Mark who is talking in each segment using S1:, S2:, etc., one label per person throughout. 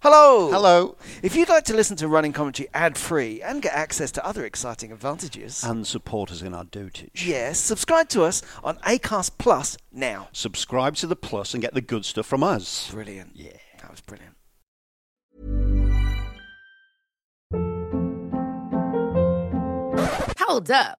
S1: Hello.
S2: Hello.
S1: If you'd like to listen to running commentary ad free and get access to other exciting advantages,
S2: And support us in our dotage.
S1: yes, subscribe to us on Acast Plus now.
S2: Subscribe to the Plus and get the good stuff from us.
S1: Brilliant.
S2: Yeah.
S1: That was brilliant.
S3: Hold up.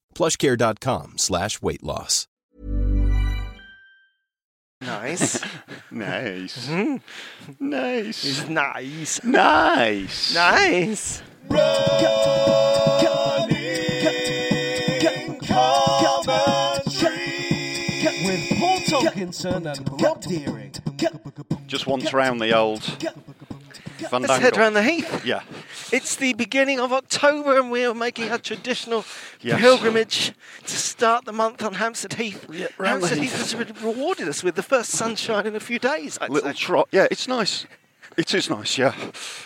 S4: plushcare.com slash weight loss.
S1: Nice.
S2: Nice. nice.
S1: It's nice.
S2: Nice.
S1: Mm-hmm. Nice.
S5: With Paul Tokinson and Rob Deering.
S2: Just once round the old Van
S1: Let's head
S2: Dangle.
S1: round the heath.
S2: Yeah.
S1: It's the beginning of October, and we are making our traditional
S2: Yes.
S1: pilgrimage to start the month on Hampstead Heath.
S2: Yeah, round the
S1: Hampstead Heath
S2: heath.
S1: has re- rewarded us with the first sunshine in a few days. I'd
S2: Little
S1: say.
S2: trot. Yeah, it's nice. It is nice, yeah.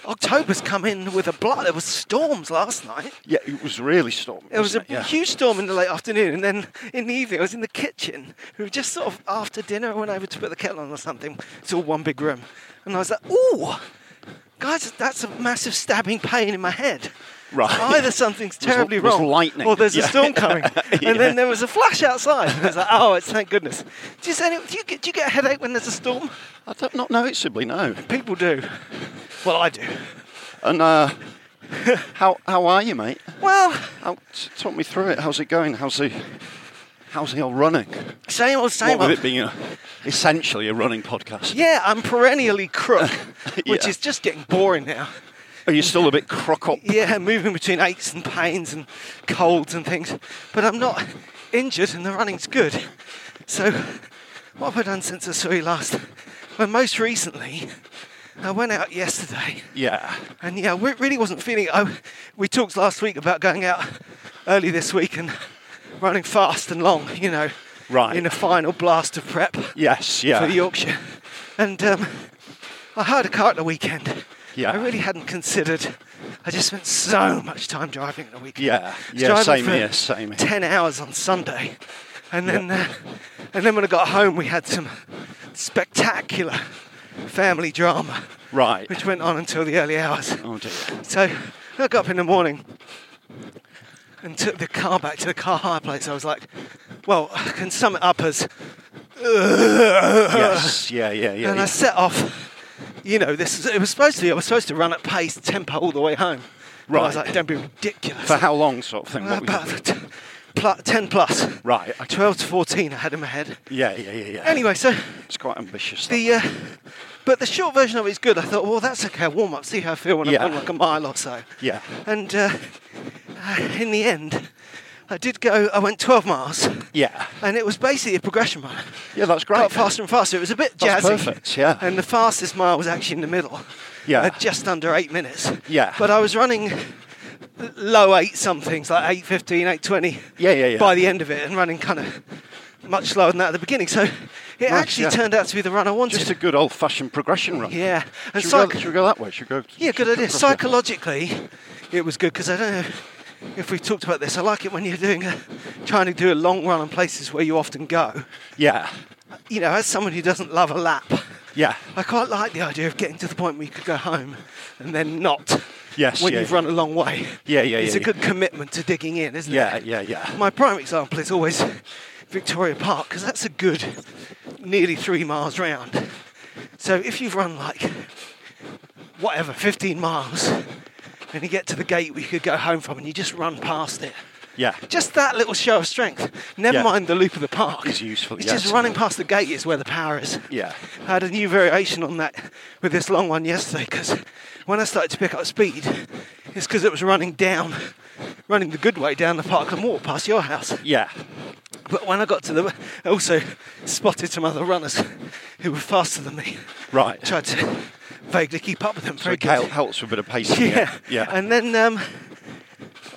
S1: October's come in with a blood. There was storms last night.
S2: Yeah, it was really stormy.
S1: There was a
S2: wasn't it? Yeah.
S1: huge storm in the late afternoon, and then in the evening, I was in the kitchen. We were just sort of after dinner, I went over to put the kettle on or something. It's all one big room. And I was like, ooh, guys, that's a massive stabbing pain in my head.
S2: Right.
S1: Either something's
S2: Was l-
S1: terribly
S2: was
S1: wrong,
S2: lightning.
S1: or there's
S2: Yeah.
S1: a storm coming.
S2: Yeah.
S1: And then there was a flash outside. I was like, oh, it's thank goodness. Do you, any, do you, get, do you get a headache when there's a storm?
S2: I don't not noticeably, no.
S1: People do. Well, I do.
S2: And uh, how how are you, mate?
S1: Well,
S2: How, t- talk me through it. How's it going? How's the how's the old running?
S1: same old, same
S2: what
S1: old.
S2: with it being a, essentially a running podcast.
S1: Yeah, I'm perennially crook, which
S2: Yeah.
S1: is just getting boring now.
S2: Are you still a bit crock up?
S1: Yeah, moving between aches and pains and colds and things, but I'm not injured and the running's good. So, what have I done since I saw you last? Well, most recently, I went out yesterday,
S2: Yeah.
S1: and yeah, we really wasn't feeling. I, we talked last week about going out early this week and running fast and long, you know,
S2: Right.
S1: in a final blast of prep
S2: Yes.
S1: for
S2: Yeah.
S1: Yorkshire. And um, I hired a car at the weekend.
S2: Yeah.
S1: I really hadn't considered. I just spent so much time driving at the weekend.
S2: Yeah,
S1: I was
S2: yeah,
S1: driving
S2: same
S1: for
S2: here, same here.
S1: Ten hours on Sunday, and then uh, and then when I got home, we had some spectacular family drama,
S2: right.
S1: which went on until the early hours.
S2: Oh dear.
S1: So I got up in the morning and took the car back to the car hire place. I was like, well, I can sum it up as.
S2: Yes. Yeah. Yeah. Yeah.
S1: Uh, and I
S2: yeah.
S1: set off. You know, this is, it was supposed to be. I was supposed to run at pace, tempo all the way home. But I was
S2: Right.
S1: like, don't be ridiculous.
S2: For how long, sort of thing?
S1: Well,
S2: What was
S1: Uh, About
S2: it?
S1: t- pl- ten plus.
S2: Right, okay.
S1: Twelve to fourteen. I had in my head.
S2: yeah. Yeah. Yeah. Yeah.
S1: Anyway, so
S2: it's quite ambitious. that.
S1: the. Uh, but the short version of it is good. I thought, well, that's okay. Warm up, see how I feel when
S2: Yeah.
S1: I've gone like a mile or so.
S2: Yeah.
S1: And uh, uh, in the end, I did go. I went 12 miles,
S2: yeah.
S1: and it was basically a progression run.
S2: Yeah. That's great.
S1: Got faster and faster. It was a bit jazzy.
S2: That's perfect, yeah.
S1: And the fastest mile was actually in the middle.
S2: Yeah.
S1: At just under eight minutes.
S2: Yeah.
S1: But I was running low eight somethings, like eight fifteen, eight twenty.
S2: Yeah, yeah, yeah.
S1: By the end of it, and running kind of much slower than that at the beginning. So it actually
S2: yeah.
S1: turned out to be the run I wanted.
S2: Just a good old-fashioned progression run.
S1: yeah. And
S2: Should, we
S1: psych-
S2: go, should we go that way? Should we go?
S1: yeah, good
S2: should we
S1: idea.
S2: go-
S1: Psychologically, it was good because I don't know if we've talked about this. I like it when you're doing a, trying to do a long run on places where you often go.
S2: Yeah.
S1: You know, as someone who doesn't love a lap,
S2: Yeah.
S1: I quite like the idea of getting to the point where you could go home and then not.
S2: Yes,
S1: When
S2: yeah.
S1: you've run a long way.
S2: Yeah, yeah,
S1: It's
S2: yeah,
S1: a good commitment to digging in, isn't
S2: Yeah.
S1: it?
S2: Yeah. Yeah.
S1: My prime example is always Victoria Park because that's a good nearly three miles round. So if you've run like whatever, 15 miles, and you get to the gate where you could go home from and you just run past it,
S2: Yeah.
S1: Just that little show of strength. Never
S2: Yeah.
S1: mind the loop of the park.
S2: Is useful,
S1: It's
S2: yes.
S1: just running past the gate is where the power is.
S2: Yeah.
S1: I had a new variation on that with this long one yesterday because when I started to pick up speed, it's because it was running down, running the good way down the park and walk past your house.
S2: Yeah.
S1: But when I got to the, I also spotted some other runners who were faster than me.
S2: Right.
S1: Tried to vaguely keep up with them.
S2: So
S1: Very
S2: it hel-
S1: good.
S2: helps with a bit of pacing.
S1: Yeah.
S2: Yeah. yeah.
S1: And then um,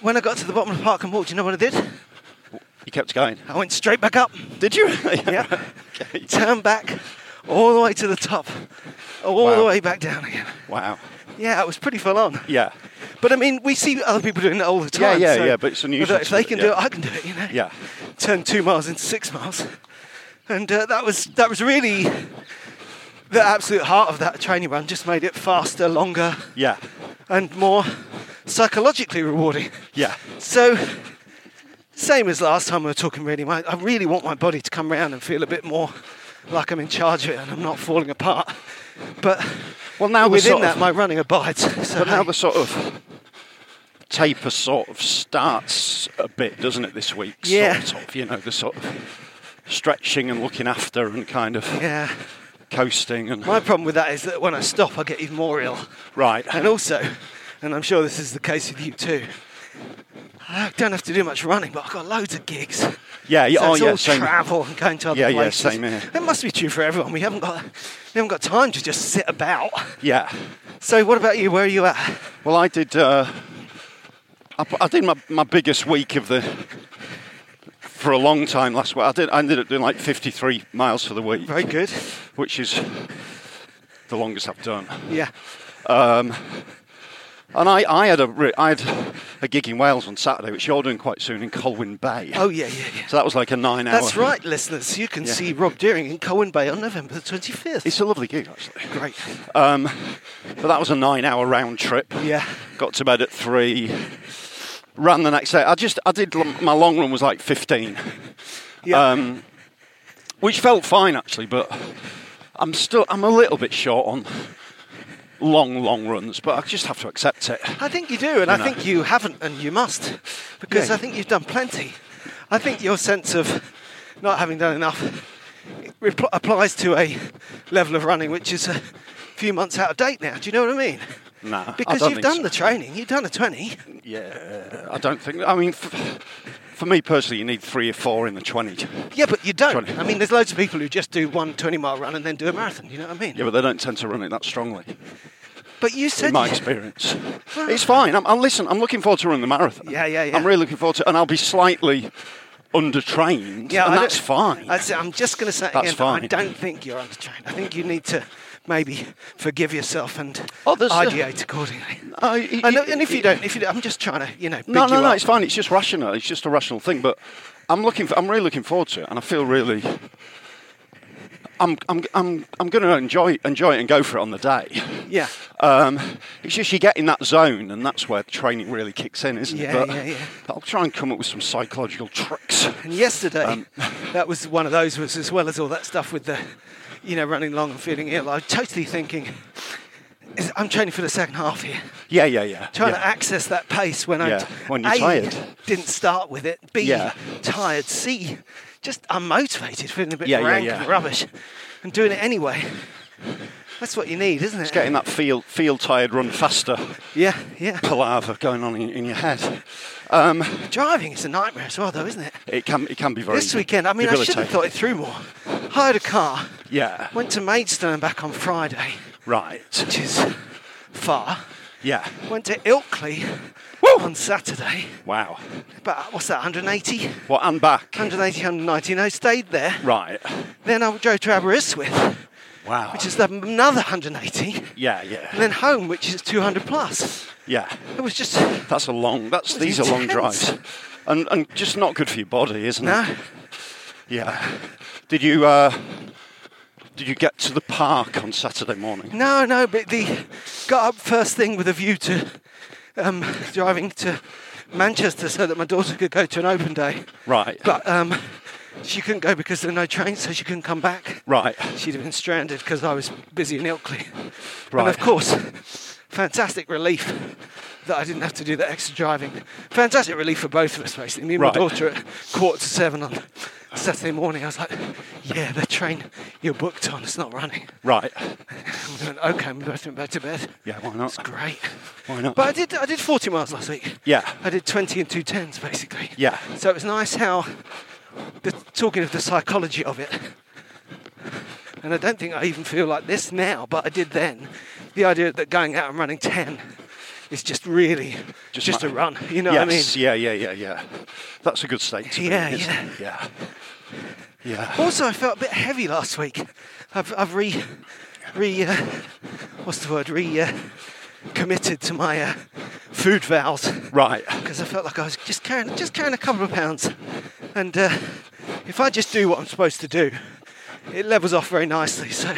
S1: when I got to the bottom of the park and walked, you know what I did?
S2: he kept going.
S1: I went straight back up.
S2: Did you?
S1: Yeah.
S2: Okay.
S1: Turned back all the way to the top. All the
S2: Wow.
S1: way back down again.
S2: Wow.
S1: Yeah, it was pretty full on.
S2: Yeah.
S1: But I mean, we see other people doing it all the
S2: Yeah,
S1: time.
S2: yeah,
S1: so
S2: yeah, but it's unusual
S1: If
S2: to-
S1: they can do
S2: yeah.
S1: it, I can do it. You know.
S2: Yeah.
S1: Turn two miles into six miles, and uh, that was that was really the absolute heart of that training run. Just made it faster, longer,
S2: Yeah.
S1: and more psychologically rewarding.
S2: Yeah.
S1: So, same as last time we were talking, really, my, I really want my body to come round and feel a bit more like I'm in charge of it and I'm not falling apart. But
S2: Well, now the
S1: within
S2: sort
S1: that,
S2: of-
S1: my running abides. So
S2: But now
S1: hey.
S2: the sort of taper sort of starts a bit, doesn't it, this week?
S1: Yeah.
S2: Sort of, you know, the sort of stretching and looking after and kind of
S1: yeah.
S2: coasting and.
S1: My problem with that is that when I stop, I get even more ill.
S2: Right.
S1: And also, and I'm sure this is the case with you too, I don't have to do much running, but I've got loads of gigs.
S2: Yeah, yeah,
S1: so
S2: oh,
S1: it's
S2: yeah,
S1: all
S2: same.
S1: travel and going to other
S2: Yeah, yeah,
S1: places.
S2: same here.
S1: That must be true for everyone. We haven't got, we haven't got time to just sit about.
S2: Yeah.
S1: So, what about you? Where are you at?
S2: Well, I did. Uh, I, pu- I did my, my biggest week of the for a long time last week. I did. I ended up doing like 53 miles for the week,
S1: Very good.
S2: which is the longest I've done.
S1: Yeah.
S2: And I, I had a re- I had a gig in Wales on Saturday, which you're doing quite soon in Colwyn Bay.
S1: Oh, yeah, yeah, yeah.
S2: So that was like a nine-hour.
S1: That's right, listeners. You can see Rob Deering in Cohen Bay on November the 25th.
S2: It's a lovely gig, actually.
S1: great.
S2: Um, but that was a nine-hour round trip.
S1: Yeah.
S2: Got to bed at three. Ran the next day. I just I did l- my long run was like 15.
S1: Yeah.
S2: um, which felt fine actually. But I'm still I'm a little bit short on long long runs, but I just have to accept it.
S1: I think you do, and I
S2: know.
S1: think you haven't, and you must, because
S2: Yeah.
S1: I think you've done plenty. I think your sense of not having done enough repl- applies to a level of running which is a few months out of date now. Do you know what I mean?
S2: No, I
S1: Because
S2: don't
S1: you've
S2: think
S1: done
S2: so.
S1: the training, you've done a 20.
S2: Yeah, I don't think. I mean, f- for me personally, you need three or four in the twenty.
S1: Yeah, but you don't.
S2: 20.
S1: I mean, there's loads of people who just do one 20 mile run and then do a marathon. You know what I mean?
S2: Yeah, but they don't tend to run it that strongly,
S1: But you said
S2: in my
S1: you-
S2: experience. It's fine. I'm, I'm listen. I'm looking forward to running the marathon.
S1: Yeah, yeah, yeah.
S2: I'm really looking forward to, and I'll be slightly undertrained.
S1: Yeah,
S2: and
S1: I don't-
S2: that's fine.
S1: I'd say- I'm just going to say it
S2: That's
S1: again. that I
S2: fine.
S1: don't think you're undertrained. I think you need to maybe forgive yourself and
S2: Oh, there's the-
S1: ideate accordingly.
S2: I- it-
S1: and, and
S2: it-
S1: if you
S2: it-
S1: don't, if you don't, I'm just trying to, you know,
S2: No,
S1: big
S2: no,
S1: you
S2: no.
S1: up.
S2: It's fine. It's just rational. It's just a rational thing. But I'm looking. For, I'm really looking forward to it, and I feel really. I'm, I'm, I'm, I'm going to enjoy enjoy it and go for it on the day.
S1: Yeah.
S2: Um, it's just you get in that zone, and that's where training really kicks in, isn't
S1: Yeah,
S2: it? But
S1: yeah, yeah.
S2: I'll try and come up with some psychological tricks.
S1: And yesterday, that was one of those was as well as all that stuff with the, you know, running long and feeling ill. I was totally thinking, is- I'm training for the second half here.
S2: Yeah, yeah, yeah.
S1: Trying
S2: yeah.
S1: to access that pace when I
S2: Yeah, when you're
S1: A,
S2: tired.
S1: didn't start with it. B
S2: Yeah.
S1: tired. C just unmotivated, feeling a bit
S2: Yeah, yeah,
S1: rank
S2: yeah.
S1: and rubbish, and doing it anyway. That's what you need, isn't it?
S2: It's getting that feel feel tired, run faster
S1: Yeah, yeah.
S2: palaver going on in, in your head. Um,
S1: Driving is a nightmare as well, though, isn't it?
S2: it can it can be very
S1: This weekend, I mean, I should have
S2: debilitating.
S1: thought it through more. Hired a car.
S2: Yeah.
S1: Went to Maidstone back on Friday,
S2: Right.
S1: which is far.
S2: Yeah.
S1: Went to Ilkley on Saturday.
S2: Wow.
S1: About, what's that, 180?
S2: Well, and back.
S1: 180, 190. And I stayed there.
S2: Right.
S1: Then I drove to Aberystwyth,
S2: Wow.
S1: which is another 180.
S2: yeah, yeah,
S1: And then home, which is 200 plus.
S2: yeah.
S1: It was just,
S2: That's a long. That's
S1: was
S2: these are long
S1: intense.
S2: drives, and and just not good for your body, isn't
S1: no.
S2: it? Yeah. Did you uh, did you get to the park on Saturday morning?
S1: No, no, but the got up first thing with a view to um, driving to Manchester so that my daughter could go to an open day.
S2: Right.
S1: But um, she couldn't go because there were no trains, so she couldn't come back.
S2: Right.
S1: She'd have been stranded because I was busy in Ilkley. And
S2: Right.
S1: of course, fantastic relief that I didn't have to do that extra driving. Fantastic relief for both of us, basically. Me and
S2: Right.
S1: my daughter at quarter to seven on Saturday morning. I was like, yeah, the train you're booked on, it's not running.
S2: Right.
S1: And we went, okay, we both went back to bed.
S2: Yeah, why not?
S1: It's great.
S2: Why not?
S1: But I did, I did 40 miles last week.
S2: Yeah.
S1: I did 20 and two tens, basically.
S2: Yeah.
S1: So it was nice how, the, talking of the psychology of it, and I don't think I even feel like this now, but I did then. The idea that going out and running 10 is just really just,
S2: ma-
S1: a run, you know
S2: yes,
S1: what I mean?
S2: Yeah, yeah, yeah, yeah. That's a good state to
S1: Yeah,
S2: be in. isn't it? Yeah. Yeah.
S1: Also, I felt a bit heavy last week. I've, I've re, re, uh, what's the word? Re, uh, committed to my uh, food vows
S2: Right.
S1: because I felt like I was just carrying, just carrying a couple of pounds, and uh, if I just do what I'm supposed to do, it levels off very nicely. So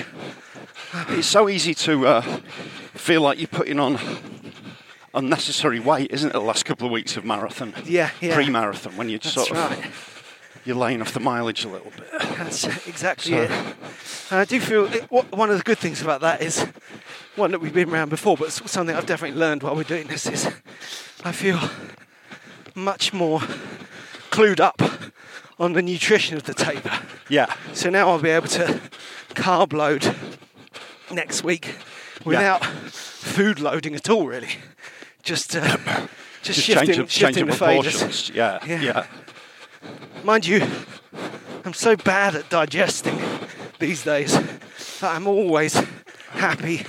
S2: It's so easy to uh, feel like you're putting on unnecessary weight, isn't it? The last couple of weeks of marathon.
S1: Yeah, yeah.
S2: Pre-marathon, when you're
S1: that's
S2: sort of
S1: right.
S2: you're laying off the mileage a little bit.
S1: That's exactly
S2: So-
S1: it. And I do feel it, wh- one of the good things about that is one that we've been around before, but s- something I've definitely learned while we're doing this is I feel much more clued up on the nutrition of the taper.
S2: Yeah.
S1: So now I'll be able to carb load next week without food loading at all, really. Just, uh, just,
S2: Just
S1: shifting,
S2: changing,
S1: shifting
S2: changing
S1: the faders.
S2: proportions. Yeah,
S1: Yeah.
S2: yeah.
S1: Mind you, I'm so bad at digesting these days that I'm always happy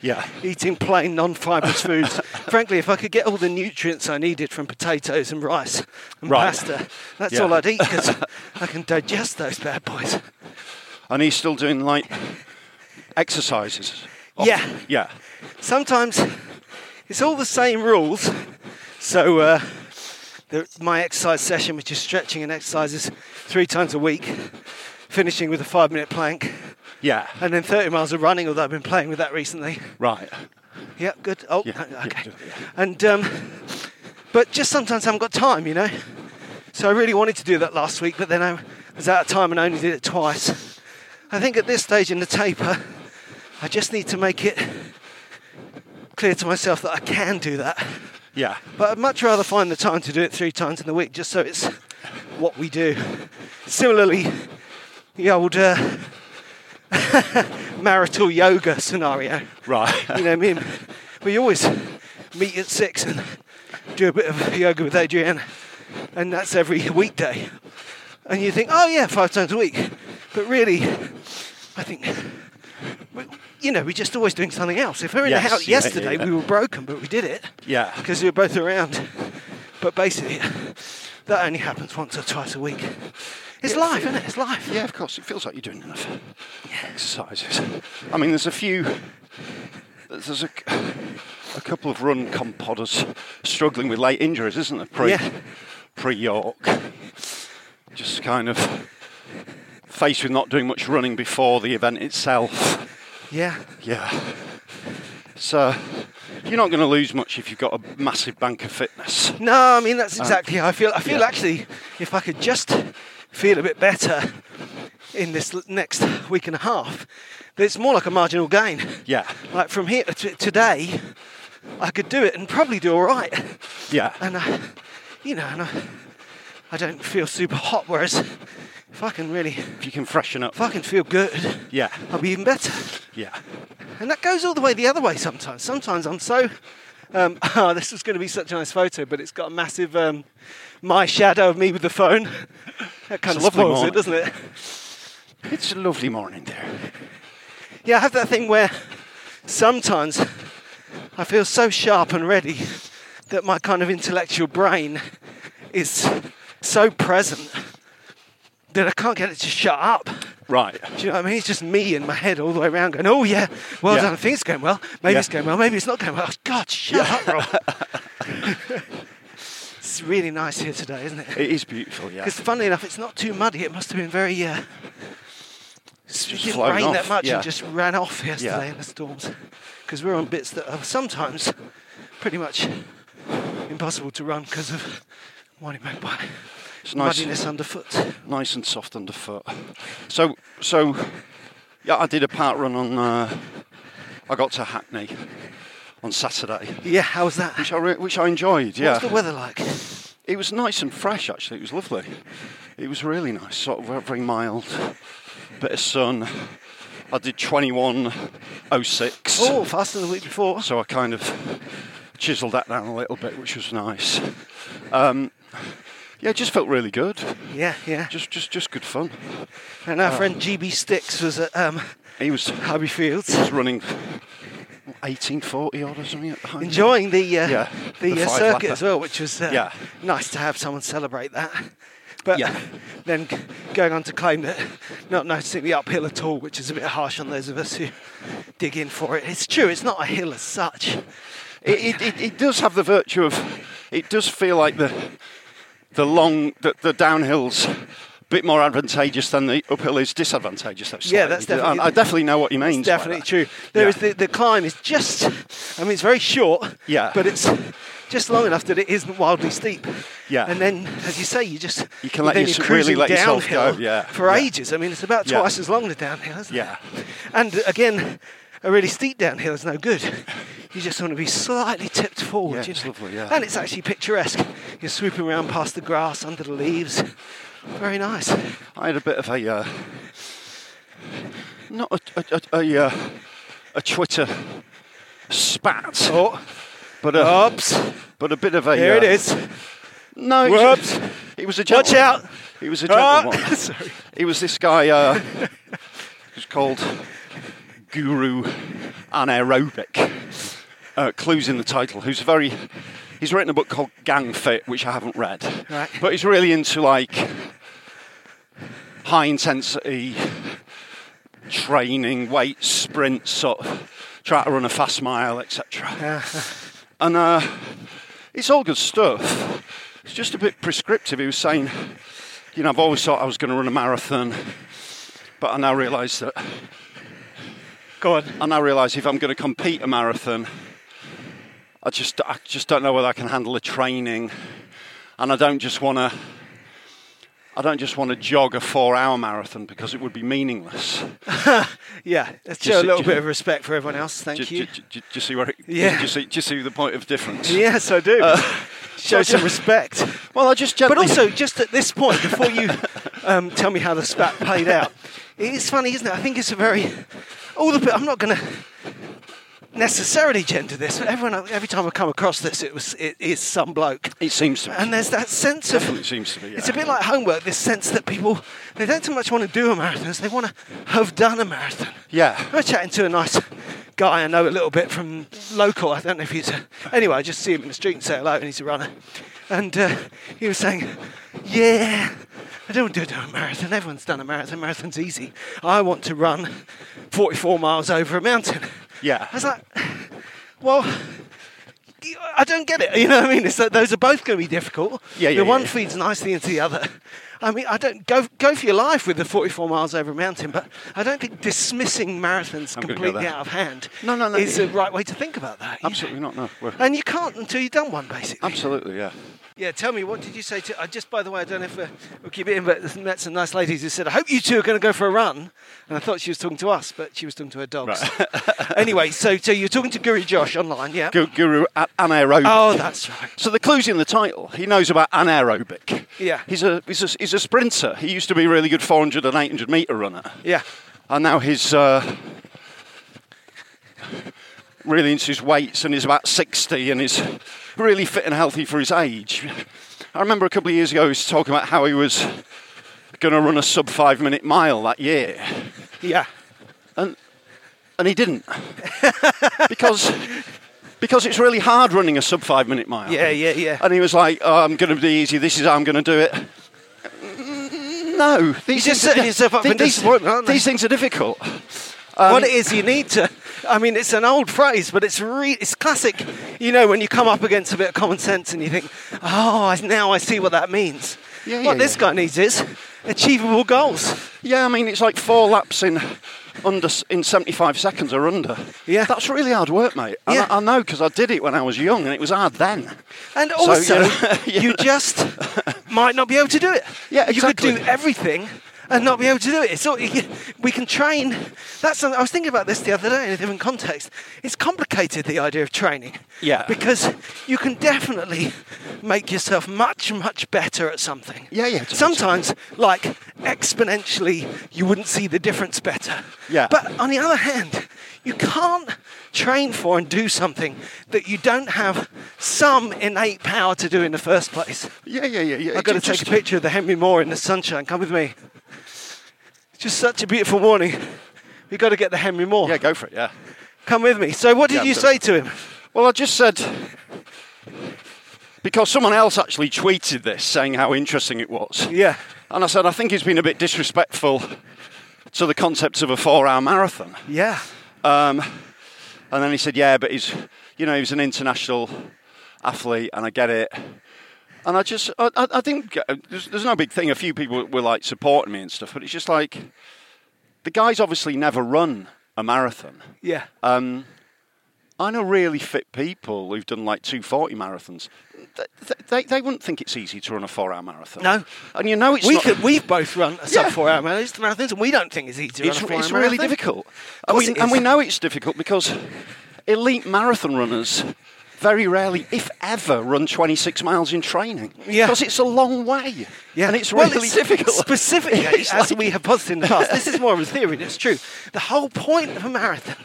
S2: Yeah.
S1: eating plain non-fibrous foods. Frankly, if I could get all the nutrients I needed from potatoes and rice and
S2: Right.
S1: pasta, that's
S2: Yeah.
S1: all I'd eat because I can digest those bad boys.
S2: And he's still doing like exercises.
S1: Yeah.
S2: Yeah.
S1: Sometimes it's all the same rules. So uh, the, my exercise session, which is stretching and exercises three times a week, finishing with a five-minute plank.
S2: Yeah.
S1: And then 30 miles of running, although I've been playing with that recently.
S2: Right.
S1: Yeah, good. Oh,
S2: Yeah, yeah,
S1: okay.
S2: yeah.
S1: And um, but just sometimes I haven't got time, you know. So I really wanted to do that last week, but then I was out of time and I only did it twice. I think at this stage in the taper, I just need to make it clear to myself that I can do that.
S2: Yeah.
S1: But I'd much rather find the time to do it three times in the week, just so it's what we do. Similarly, the old uh, marital yoga scenario.
S2: Right.
S1: You know, me and, we always meet at six and do a bit of yoga with Adrienne, and that's every weekday. And you think, oh yeah, five times a week. But really, I think, we- you know, we're just always doing something else. If we were in the
S2: Yes,
S1: house
S2: yeah, yeah,
S1: yesterday,
S2: yeah.
S1: we were broken, but we did it
S2: Yeah.
S1: because we were both around. But basically, that only happens once or twice a week. It's life, isn't it? It's life.
S2: Yeah, of course. It feels like you're doing enough exercises. I mean, there's a few. There's a, c- a couple of run compodders struggling with late injuries, isn't there? Pre,
S1: Yeah.
S2: pre York, just kind of faced with not doing much running before the event itself.
S1: Yeah.
S2: Yeah. So you're not going to lose much if you've got a massive bank of fitness.
S1: No, I mean that's exactly how I feel. I feel
S2: Um, yeah.
S1: actually, if I could just feel a bit better in this l- next week and a half, that it's more like a marginal gain.
S2: Yeah.
S1: Like from here to today, I could do it and probably do all right.
S2: Yeah.
S1: And I, you know, and I, I don't feel super hot. Whereas if I can really,
S2: If you can freshen up.
S1: if I can feel good,
S2: Yeah.
S1: I'll be even better.
S2: Yeah.
S1: And that goes all the way the other way sometimes. Sometimes I'm so. Um, oh, this is going to be such a nice photo, but it's got a massive um, my shadow of me with the phone. That kind
S2: It's a
S1: of
S2: lovely
S1: spoils it,
S2: moment.
S1: doesn't it?
S2: It's a lovely morning there.
S1: Yeah, I have that thing where sometimes I feel so sharp and ready that my kind of intellectual brain is so present that I can't get it to shut up.
S2: Right.
S1: Do you know what I mean? It's just me in my head all the way around going, oh yeah, well
S2: Yeah.
S1: done, I think it's going well. Maybe
S2: Yeah.
S1: it's going well, maybe it's not going well. Oh, God, shut up, Rob. it's really nice here today, isn't it?
S2: It is beautiful, yeah.
S1: Because funnily enough, it's not too muddy. It must have been very, uh, it didn't
S2: flown
S1: rain that
S2: off,
S1: much
S2: yeah.
S1: and just ran off yesterday in the storms. Because we're on bits that are sometimes pretty much impossible to run because of what it meant by
S2: It's nice.
S1: muddiness underfoot.
S2: nice and soft underfoot. So, so yeah, I did a part run on. Uh, I got to Hackney on Saturday,
S1: Yeah, how was that?
S2: which I, re- which I enjoyed. Yeah,
S1: What's the weather like?
S2: it was nice and fresh. Actually, it was lovely. It was really nice, sort of very mild, bit of sun. I did twenty one oh six.
S1: Oh, faster than the week before.
S2: So I kind of chiselled that down a little bit, which was nice. Um, yeah, it just felt really good.
S1: Yeah, yeah.
S2: Just, um, just, just good fun.
S1: And our friend GB Sticks was at um,
S2: He was, he
S1: Abbey Fields
S2: was running 1840 odd or something at the home.
S1: enjoying the uh,
S2: Yeah,
S1: the,
S2: the
S1: uh,
S2: five
S1: circuit
S2: lapper.
S1: as well, which was uh,
S2: Yeah.
S1: nice to have someone celebrate that. But
S2: Yeah.
S1: then g- going on to claim that not noticing the uphill at all, which is a bit harsh on those of us who dig in for it. It's true, it's not a hill as such.
S2: It, it, it, it does have the virtue of. It does feel like the the long the, the downhills a bit more advantageous than the uphill is disadvantageous. Though,
S1: Yeah, that's
S2: slightly.
S1: definitely-
S2: I, I definitely know what you mean.
S1: It's definitely true. There is the, the climb is just, I mean, it's very short,
S2: Yeah.
S1: but it's just long enough that it isn't wildly steep.
S2: Yeah.
S1: And then, as you say, you just
S2: You can let
S1: then
S2: yourse-
S1: you're
S2: really
S1: cruising
S2: let yourself
S1: downhill
S2: go, yeah,
S1: for
S2: yeah.
S1: ages. I mean, it's about
S2: Yeah.
S1: twice as long the downhill, isn't
S2: Yeah.
S1: it? And uh, again, a really steep downhill is no good. You just want to be slightly tipped forward.
S2: Yeah,
S1: you
S2: it's
S1: know.
S2: lovely, yeah.
S1: And it's actually picturesque. You're swooping around past the grass, under the leaves. Very nice.
S2: I had a bit of a uh, not a a, a, a, uh, a Twitter spat,
S1: Oh,
S2: but a
S1: oops.
S2: but a bit of a.
S1: Here it
S2: uh,
S1: is.
S2: No, it was,
S1: Whoops.
S2: it was a gentle.
S1: Watch out.
S2: It was a gentle
S1: Ah,
S2: one.
S1: sorry.
S2: It was this guy. Uh, who's called Guru Anaerobic. Uh, clues in the title. Who's very. He's written a book called Gang Fit, which I haven't read.
S1: Right.
S2: But he's really into like high intensity training, weight sprints, sort of try to run a fast mile, etc. and uh, it's all good stuff. It's just a bit prescriptive. He was saying, you know, I've always thought I was going to run a marathon, but I now realise that
S1: Go on.
S2: I now realise if I'm going to compete a marathon, I just I just don't know whether I can handle the training, and I don't just want to. I don't just want to jog a four-hour marathon because it would be meaningless.
S1: Yeah, let's
S2: Just-
S1: show a little
S2: just-
S1: bit of respect for everyone else. Thank
S2: Do, do-
S1: you.
S2: do- do- do you see where? It,
S1: Yeah.
S2: Do you see, do you see the point of difference?
S1: yes, I do. show
S2: so-
S1: some respect.
S2: uh, Well, I just
S1: But
S2: gently.
S1: also, just at this point, before you um, tell me how the spat played out, it's funny, isn't it? I think it's a very all the. bit- I'm not going to necessarily gender this, but everyone, every time I come across this, it was it is some bloke.
S2: it seems to. Be.
S1: And there's that sense of
S2: Definitely seems to be, yeah.
S1: It's a bit like homework. This sense that people they don't so much want to do a marathon as they want to have done a marathon.
S2: Yeah.
S1: I was chatting to a nice guy I know a little bit from local. I don't know if he's a, anyway. I just see him in the street and say hello, and he's a runner. And uh, he was saying, "Yeah, I don't do, do a marathon. Everyone's done a marathon. Marathon's easy. I want to run 44 miles over a mountain."
S2: Yeah.
S1: I was like, "Well." I don't get it. You know what I mean? It's that those are both going to be difficult.
S2: Yeah, yeah,
S1: The
S2: yeah,
S1: one
S2: yeah.
S1: feeds nicely into the other. I mean, I don't go go for your life with the 44 miles over a mountain, but I don't think dismissing marathons
S2: I'm gonna go
S1: completely
S2: there.
S1: out of hand
S2: No, no, no,
S1: is
S2: yeah.
S1: the right way to think about that. you know?
S2: Absolutely not. No. We're-
S1: And you can't until you've done one, basically.
S2: absolutely. Yeah.
S1: Yeah, tell me, what did you say to. I just, by the way, I don't know if uh, we'll keep it in, but I met some nice ladies who said, I hope you two are going to go for a run. And I thought she was talking to us, but she was talking to her dogs. anyway, so, so you're talking to Guru Josh online, yeah?
S2: Gu- Guru A- Anaerobic.
S1: Oh, that's right.
S2: So the clue's in the title. He knows about anaerobic.
S1: Yeah.
S2: He's a he's a, he's a sprinter. He used to be a really good 400 and 800 meter runner,
S1: Yeah.
S2: and now he's uh, really into his weights and he's about 60 and he's really fit and healthy for his age. I remember a couple of years ago he was talking about how he was going to run a sub five minute mile that year,
S1: Yeah.
S2: and he didn't because. Because it's really hard running a sub five minute mile.
S1: Yeah, yeah, yeah.
S2: And he was like, oh, I'm going to be easy. This is how I'm going to do it. Mm, No. These
S1: just
S2: things are-
S1: setting yourself up for
S2: these- these-
S1: disappointment, aren't they?
S2: These things are difficult.
S1: what
S2: um,
S1: it is you need to. I mean, it's an old phrase, but it's re, it's classic. You know, when you come up against a bit of common sense and you think, oh, I- now I see what that means.
S2: Yeah,
S1: what
S2: yeah,
S1: this
S2: yeah.
S1: guy needs is achievable goals.
S2: Yeah, I mean, it's like four laps in under in 75 seconds or under.
S1: Yeah.
S2: That's really hard work, mate. And
S1: Yeah.
S2: I, I know because I did it when I was young and it was hard then.
S1: And
S2: So,
S1: also,
S2: you know,
S1: you, just might not be able to do it.
S2: Yeah,
S1: You could
S2: exactly.
S1: do everything and not be able to do it. So you- we can train. That's something, I was thinking about this the other day in a different context. It's complicated the idea of training.
S2: Yeah.
S1: Because you can definitely make yourself much much better at something.
S2: Yeah, yeah, totally.
S1: Sometimes like exponentially you wouldn't see the difference better.
S2: Yeah.
S1: But on the other hand, you can't train for and do something that you don't have some innate power to do in the first place.
S2: Yeah, yeah, yeah. yeah.
S1: I've got to
S2: It's
S1: take a
S2: just-
S1: picture of the Henry Moore in the sunshine. Come with me. It's just such a beautiful morning. We've got to get the Henry Moore.
S2: Yeah, go for it. Yeah.
S1: Come with me. So, what did
S2: Yeah,
S1: you
S2: I'm
S1: say to him?
S2: Well, I just said because someone else actually tweeted this saying how interesting it was.
S1: Yeah.
S2: And I said, I think he's been a bit disrespectful to the concept of a four hour marathon.
S1: Yeah.
S2: Um, and then he said, Yeah, but he's, you know, he was an international athlete and I get it. And I just, I, I I think uh, there's, there's no big thing. A few people were like supporting me and stuff, but it's just like the guy's obviously never run a marathon.
S1: Yeah.
S2: Uh, I know really fit people who've done like 240 marathons. Th- th- They, they, wouldn't think it's easy to run a four hour marathon.
S1: No.
S2: And you know it's
S1: we
S2: not-
S1: could, we've both run a sub
S2: Yeah.
S1: four hour marathons, and we don't think it's easy to
S2: it's,
S1: run a four
S2: it's
S1: hour
S2: really
S1: marathon.
S2: difficult.
S1: Of
S2: And
S1: course
S2: we,
S1: it
S2: and
S1: is.
S2: we know it's difficult because elite marathon runners very rarely, if ever, run 26 miles in training.
S1: Yeah.
S2: Because it's a long way.
S1: Yeah.
S2: And it's
S1: Well,
S2: really difficult.
S1: Specifically,
S2: It's
S1: as
S2: like-
S1: we have posited in the past, this is more of a theory, that's true. The whole point of a marathon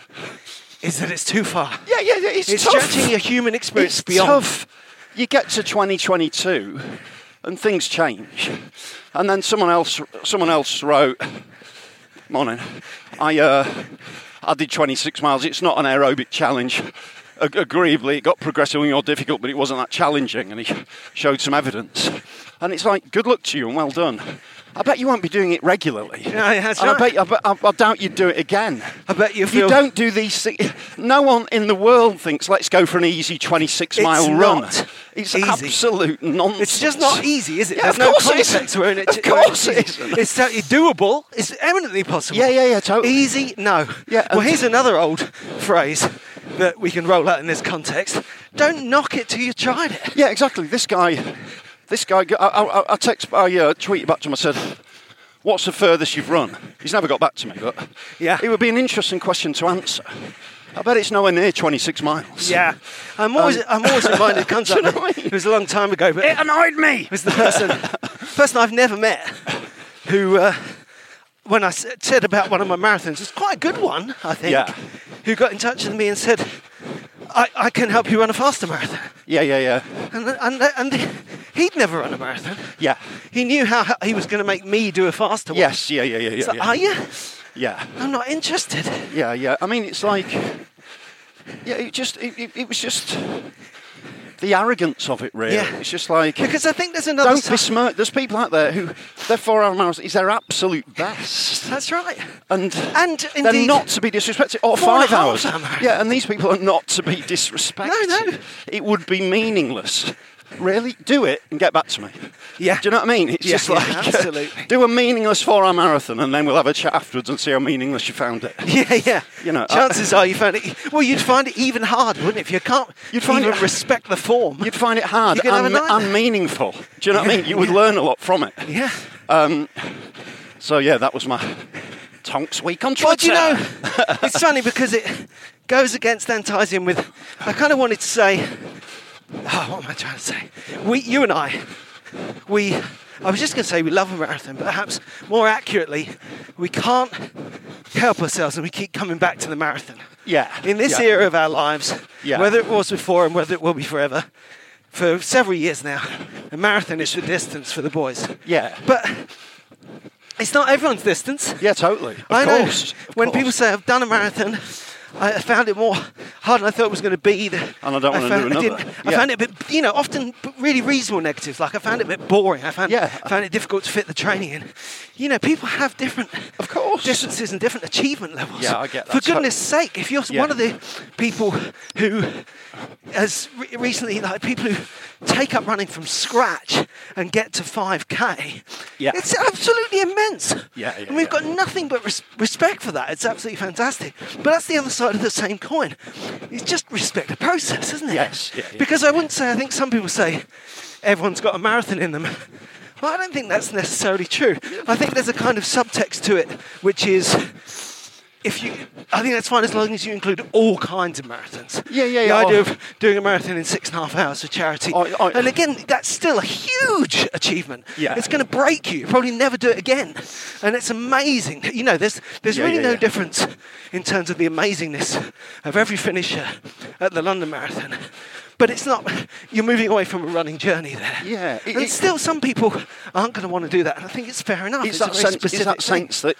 S1: is that it's too far.
S2: Yeah, yeah, yeah. It's,
S1: It's
S2: tough.
S1: stretching your human experience
S2: It's
S1: beyond.
S2: tough. You get to 2022, and things change. And then someone else, someone else wrote, "Morning, I uh, I did 26 miles. It's not an aerobic challenge." Ag- Agreeably, it got progressively more difficult, but it wasn't that challenging, and he showed some evidence. And it's like, good luck to you and well done. I bet you won't be doing it regularly.
S1: Yeah, that's
S2: and
S1: right.
S2: I, bet, I, bet, I, I doubt you'd do it again.
S1: I bet you
S2: If you
S1: feel-
S2: don't do these things, no one in the world thinks, let's go for an easy 26
S1: It's
S2: mile run.
S1: not
S2: It's
S1: easy.
S2: absolute nonsense.
S1: It's just not easy, is it?
S2: Yeah,
S1: There's
S2: of
S1: no
S2: course it
S1: context
S2: isn't.
S1: where in it.
S2: Of
S1: where
S2: course
S1: it's
S2: it
S1: easy.
S2: isn't.
S1: It's totally doable. It's eminently possible.
S2: Yeah, yeah, yeah, totally.
S1: Easy, no.
S2: Yeah,
S1: Well,
S2: and-
S1: here's another old phrase that we can roll out in this context. Don't knock it till you've tried it.
S2: Yeah, exactly. This guy, this guy, I, I, I text, I uh, tweeted back to him, I said, what's the furthest you've run? He's never got back to me, but
S1: Yeah.
S2: it would be an interesting question to answer. I bet it's nowhere near 26 miles.
S1: Yeah, I'm always I'm always reminded. It comes up.
S2: Do you know what I mean?
S1: It was a long time ago, but
S2: It
S1: it
S2: annoyed me.
S1: was the person person I've never met who, uh, when I s- said about one of my marathons, it's quite a good one, I think.
S2: Yeah.
S1: Who got in touch with me and said, "I, I can help you run a faster marathon,"
S2: Yeah, yeah, yeah.
S1: and and and he'd never run a marathon.
S2: Yeah.
S1: He knew how he was going to make me do a faster one.
S2: Yes, yeah, yeah, yeah, yeah.
S1: It's like,
S2: yeah.
S1: Are you?
S2: yeah.
S1: I'm not interested.
S2: Yeah, yeah. I mean, it's like, yeah, it just, it, it, it was just the arrogance of it, really.
S1: Yeah.
S2: It's just like,
S1: Because I think there's another.
S2: don't
S1: side-
S2: besmirch. There's people out there who their four-hour marathon is their absolute best,
S1: That's right.
S2: and
S1: And
S2: they're
S1: indeed-
S2: not to be disrespected. Or
S1: Four and a
S2: five
S1: half
S2: hours.
S1: hour marathon.
S2: Yeah, and these people are not to be disrespected.
S1: No, no.
S2: It would be meaningless. Really, do it and get back to me.
S1: Yeah.
S2: Do you know what I mean? It's
S1: Yeah,
S2: just
S1: yeah,
S2: like
S1: absolutely.
S2: do a meaningless four-hour marathon, and then we'll have a chat afterwards and see how meaningless you found it.
S1: Yeah, yeah.
S2: You know, uh, I-
S1: chances are you found it. Well, you'd find it even hard, wouldn't it? If you can't,
S2: You'd find
S1: even
S2: it-
S1: respect the form.
S2: You'd find it hard
S1: You could have
S2: and,
S1: a nightmare.
S2: and meaningful. Do you know what I mean? You would learn a lot from it.
S1: yeah.
S2: So yeah, that was my Tonks Week on Twitter.
S1: Well, do you know, it's funny because it goes against and ties in with. I kind of wanted to say, oh, what am I trying to say? We, you and I, we. I was just going to say we love a marathon, but perhaps more accurately, we can't help ourselves and we keep coming back to the marathon.
S2: Yeah.
S1: In this
S2: yeah.
S1: era of our lives,
S2: Yeah.
S1: whether it was before and whether it will be forever, for several years now, the marathon is the distance for the boys.
S2: Yeah.
S1: But it's not everyone's distance.
S2: Yeah, totally. Of
S1: I know.
S2: course. of
S1: when
S2: course.
S1: people say I've done a marathon, I found it more hard than I thought it was going to be. The-
S2: And I don't wanna
S1: found-
S2: do
S1: I,
S2: another.
S1: didn't- I
S2: Yeah.
S1: found it a bit, you know, often b- really reasonable negatives. Like I found it a bit boring. I found,
S2: Yeah.
S1: I found it difficult to fit the training in. You know, people have different
S2: Of course.
S1: differences and different achievement levels.
S2: Yeah, I get that.
S1: For goodness sake, if you're
S2: Yeah.
S1: one of the people who has re- recently, like people who take up running from scratch and get to 5K,
S2: Yeah.
S1: it's absolutely immense.
S2: Yeah, yeah,
S1: and we've
S2: yeah.
S1: got nothing but res- respect for that. It's absolutely fantastic. But that's the other side of the same coin. It's just respect the process, isn't it?
S2: Yes, yeah, yeah.
S1: Because I wouldn't say, I think some people say everyone's got a marathon in them. Well, I don't think that's necessarily true. I think there's a kind of subtext to it, which is if you, I think that's fine as long as you include all kinds of marathons.
S2: Yeah, yeah,
S1: The
S2: yeah.
S1: idea
S2: Oh.
S1: of doing a marathon in six and a half hours for charity,
S2: Oh, oh.
S1: and again, that's still a huge achievement.
S2: Yeah.
S1: it's going to break you. You'll probably never do it again, and it's amazing. You know, there's there's
S2: Yeah,
S1: really
S2: yeah,
S1: no
S2: yeah.
S1: difference in terms of the amazingness of every finisher at the London Marathon. But it's not, you're moving away from a running journey there.
S2: Yeah, it-
S1: and
S2: it-
S1: still, some people aren't going to want to do that, and I think it's fair enough.
S2: It's
S1: a
S2: that,
S1: very
S2: sense, it's
S1: specific
S2: that
S1: thing.
S2: sense that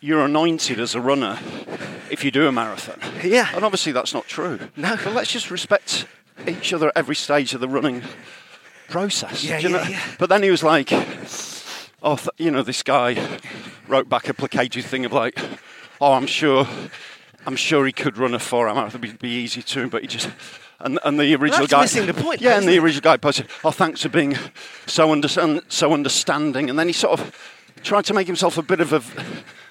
S2: you're anointed as a runner if you do a marathon.
S1: Yeah.
S2: And obviously that's not true.
S1: No.
S2: But let's just respect each other at every stage of the running process.
S1: Yeah,
S2: do you
S1: yeah,
S2: know?
S1: yeah.
S2: But then he was like, oh, th- you know, this guy wrote back a placated thing of like, oh, I'm sure, I'm sure he could run a four hour marathon. It'd be easy to him, but he just. And, and the original
S1: that's
S2: guy.
S1: missing the point,
S2: Yeah, and
S1: isn't
S2: the
S1: it?
S2: original guy posted, "Oh, thanks for being so understand, so understanding," and then he sort of tried to make himself a bit of a,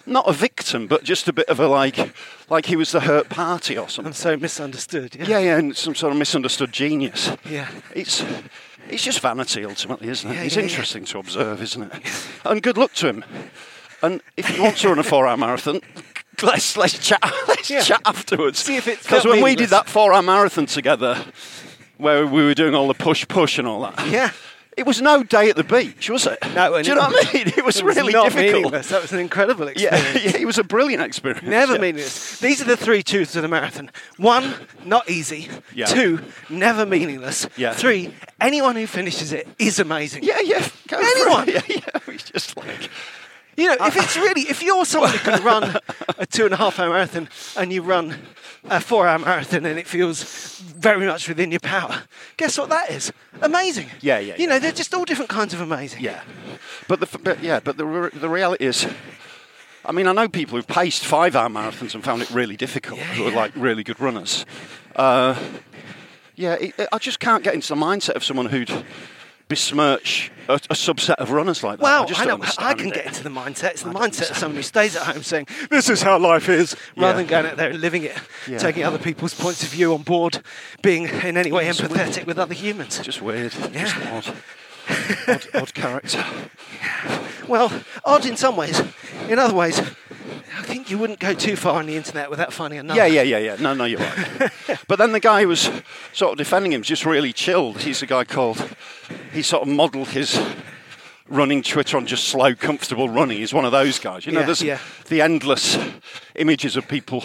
S2: not a victim, but just a bit of a like, like he was the hurt party or
S1: I'm
S2: something.
S1: so misunderstood. Yeah.
S2: Yeah, yeah, and some sort of misunderstood genius.
S1: Yeah.
S2: it's it's just vanity ultimately, isn't it?
S1: Yeah,
S2: it's
S1: yeah, yeah.
S2: interesting to observe, isn't it? And good luck to him. And if he wants to run a four-hour marathon. Let's let's chat. Let's
S1: Yeah.
S2: chat afterwards.
S1: See if it
S2: because
S1: felt
S2: when we
S1: meaningless.
S2: did that four-hour marathon together, where we were doing all the push push and all that.
S1: Yeah.
S2: It was no day at the beach, was it?
S1: No, and
S2: Do you
S1: it-
S2: know what I mean? It was
S1: It was
S2: really
S1: not
S2: difficult.
S1: meaningless. That was an incredible
S2: Yeah,
S1: experience.
S2: yeah, it was a brilliant experience.
S1: Never
S2: yeah.
S1: meaningless. These are the three truths of the marathon. One, not easy.
S2: Yeah.
S1: Two, never meaningless.
S2: Yeah.
S1: Three, anyone who finishes it is amazing.
S2: Yeah, yeah. Go for it.
S1: Anyone.
S2: Yeah, yeah. It's just like
S1: You know,
S2: Uh,
S1: if it's really, if you're someone who can run a two and a half hour marathon and you run a four hour marathon and it feels very much within your power, guess what that is? Amazing.
S2: Yeah, yeah,
S1: You know, they're just all different kinds of amazing.
S2: yeah. But the f- but yeah, but the re- the reality is. I mean, I know people who've paced five-hour marathons and found it really difficult, who are like really good runners. Uh, yeah, it, I just can't get into the mindset of someone who'd besmirch a, a subset of runners like that.
S1: Well,
S2: I, just
S1: I,
S2: don't
S1: know, I
S2: understand
S1: can
S2: it.
S1: get into the mindset. It's the mindset of someone who stays at home saying, this is how life is, rather
S2: Yeah.
S1: than going out there and living it,
S2: Yeah.
S1: taking other people's points of view on board, being in any way
S2: It's weird.
S1: empathetic with other humans.
S2: Just weird. Just
S1: Yeah.
S2: odd. odd. Odd character.
S1: Well, odd in some ways. In other ways, I think you wouldn't go too far on the internet without finding another.
S2: Yeah, yeah, yeah, yeah. No, no, you're right. but then the guy who was sort of defending him was just really chilled. He's a guy called, he sort of modelled his running Twitter on just slow, comfortable running. He's one of those guys. You know,
S1: Yeah,
S2: there's
S1: yeah.
S2: the endless images of people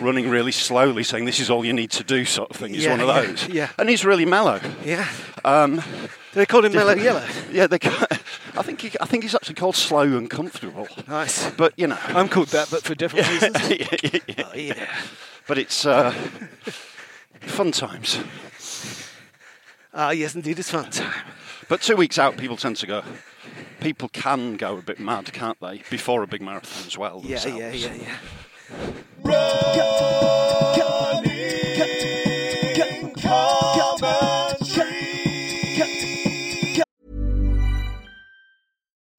S2: running really slowly saying, this is all you need to do, sort of thing. He's
S1: Yeah,
S2: one of
S1: yeah,
S2: those.
S1: yeah.
S2: And he's really mellow.
S1: Yeah.
S2: Um,
S1: Do they call him Mellow Yellow?
S2: Yeah, they, ca- I, think he, I think he's actually called slow and comfortable.
S1: Nice.
S2: But, you know.
S1: I'm called that, but for different reasons.
S2: yeah.
S1: Oh, yeah.
S2: But it's uh, fun times.
S1: Ah, yes, indeed, it's fun time.
S2: But two weeks out, people tend to go. People can go a bit mad, can't they? Before a big marathon as well.
S1: Yeah,
S2: themselves.
S1: yeah, yeah, yeah.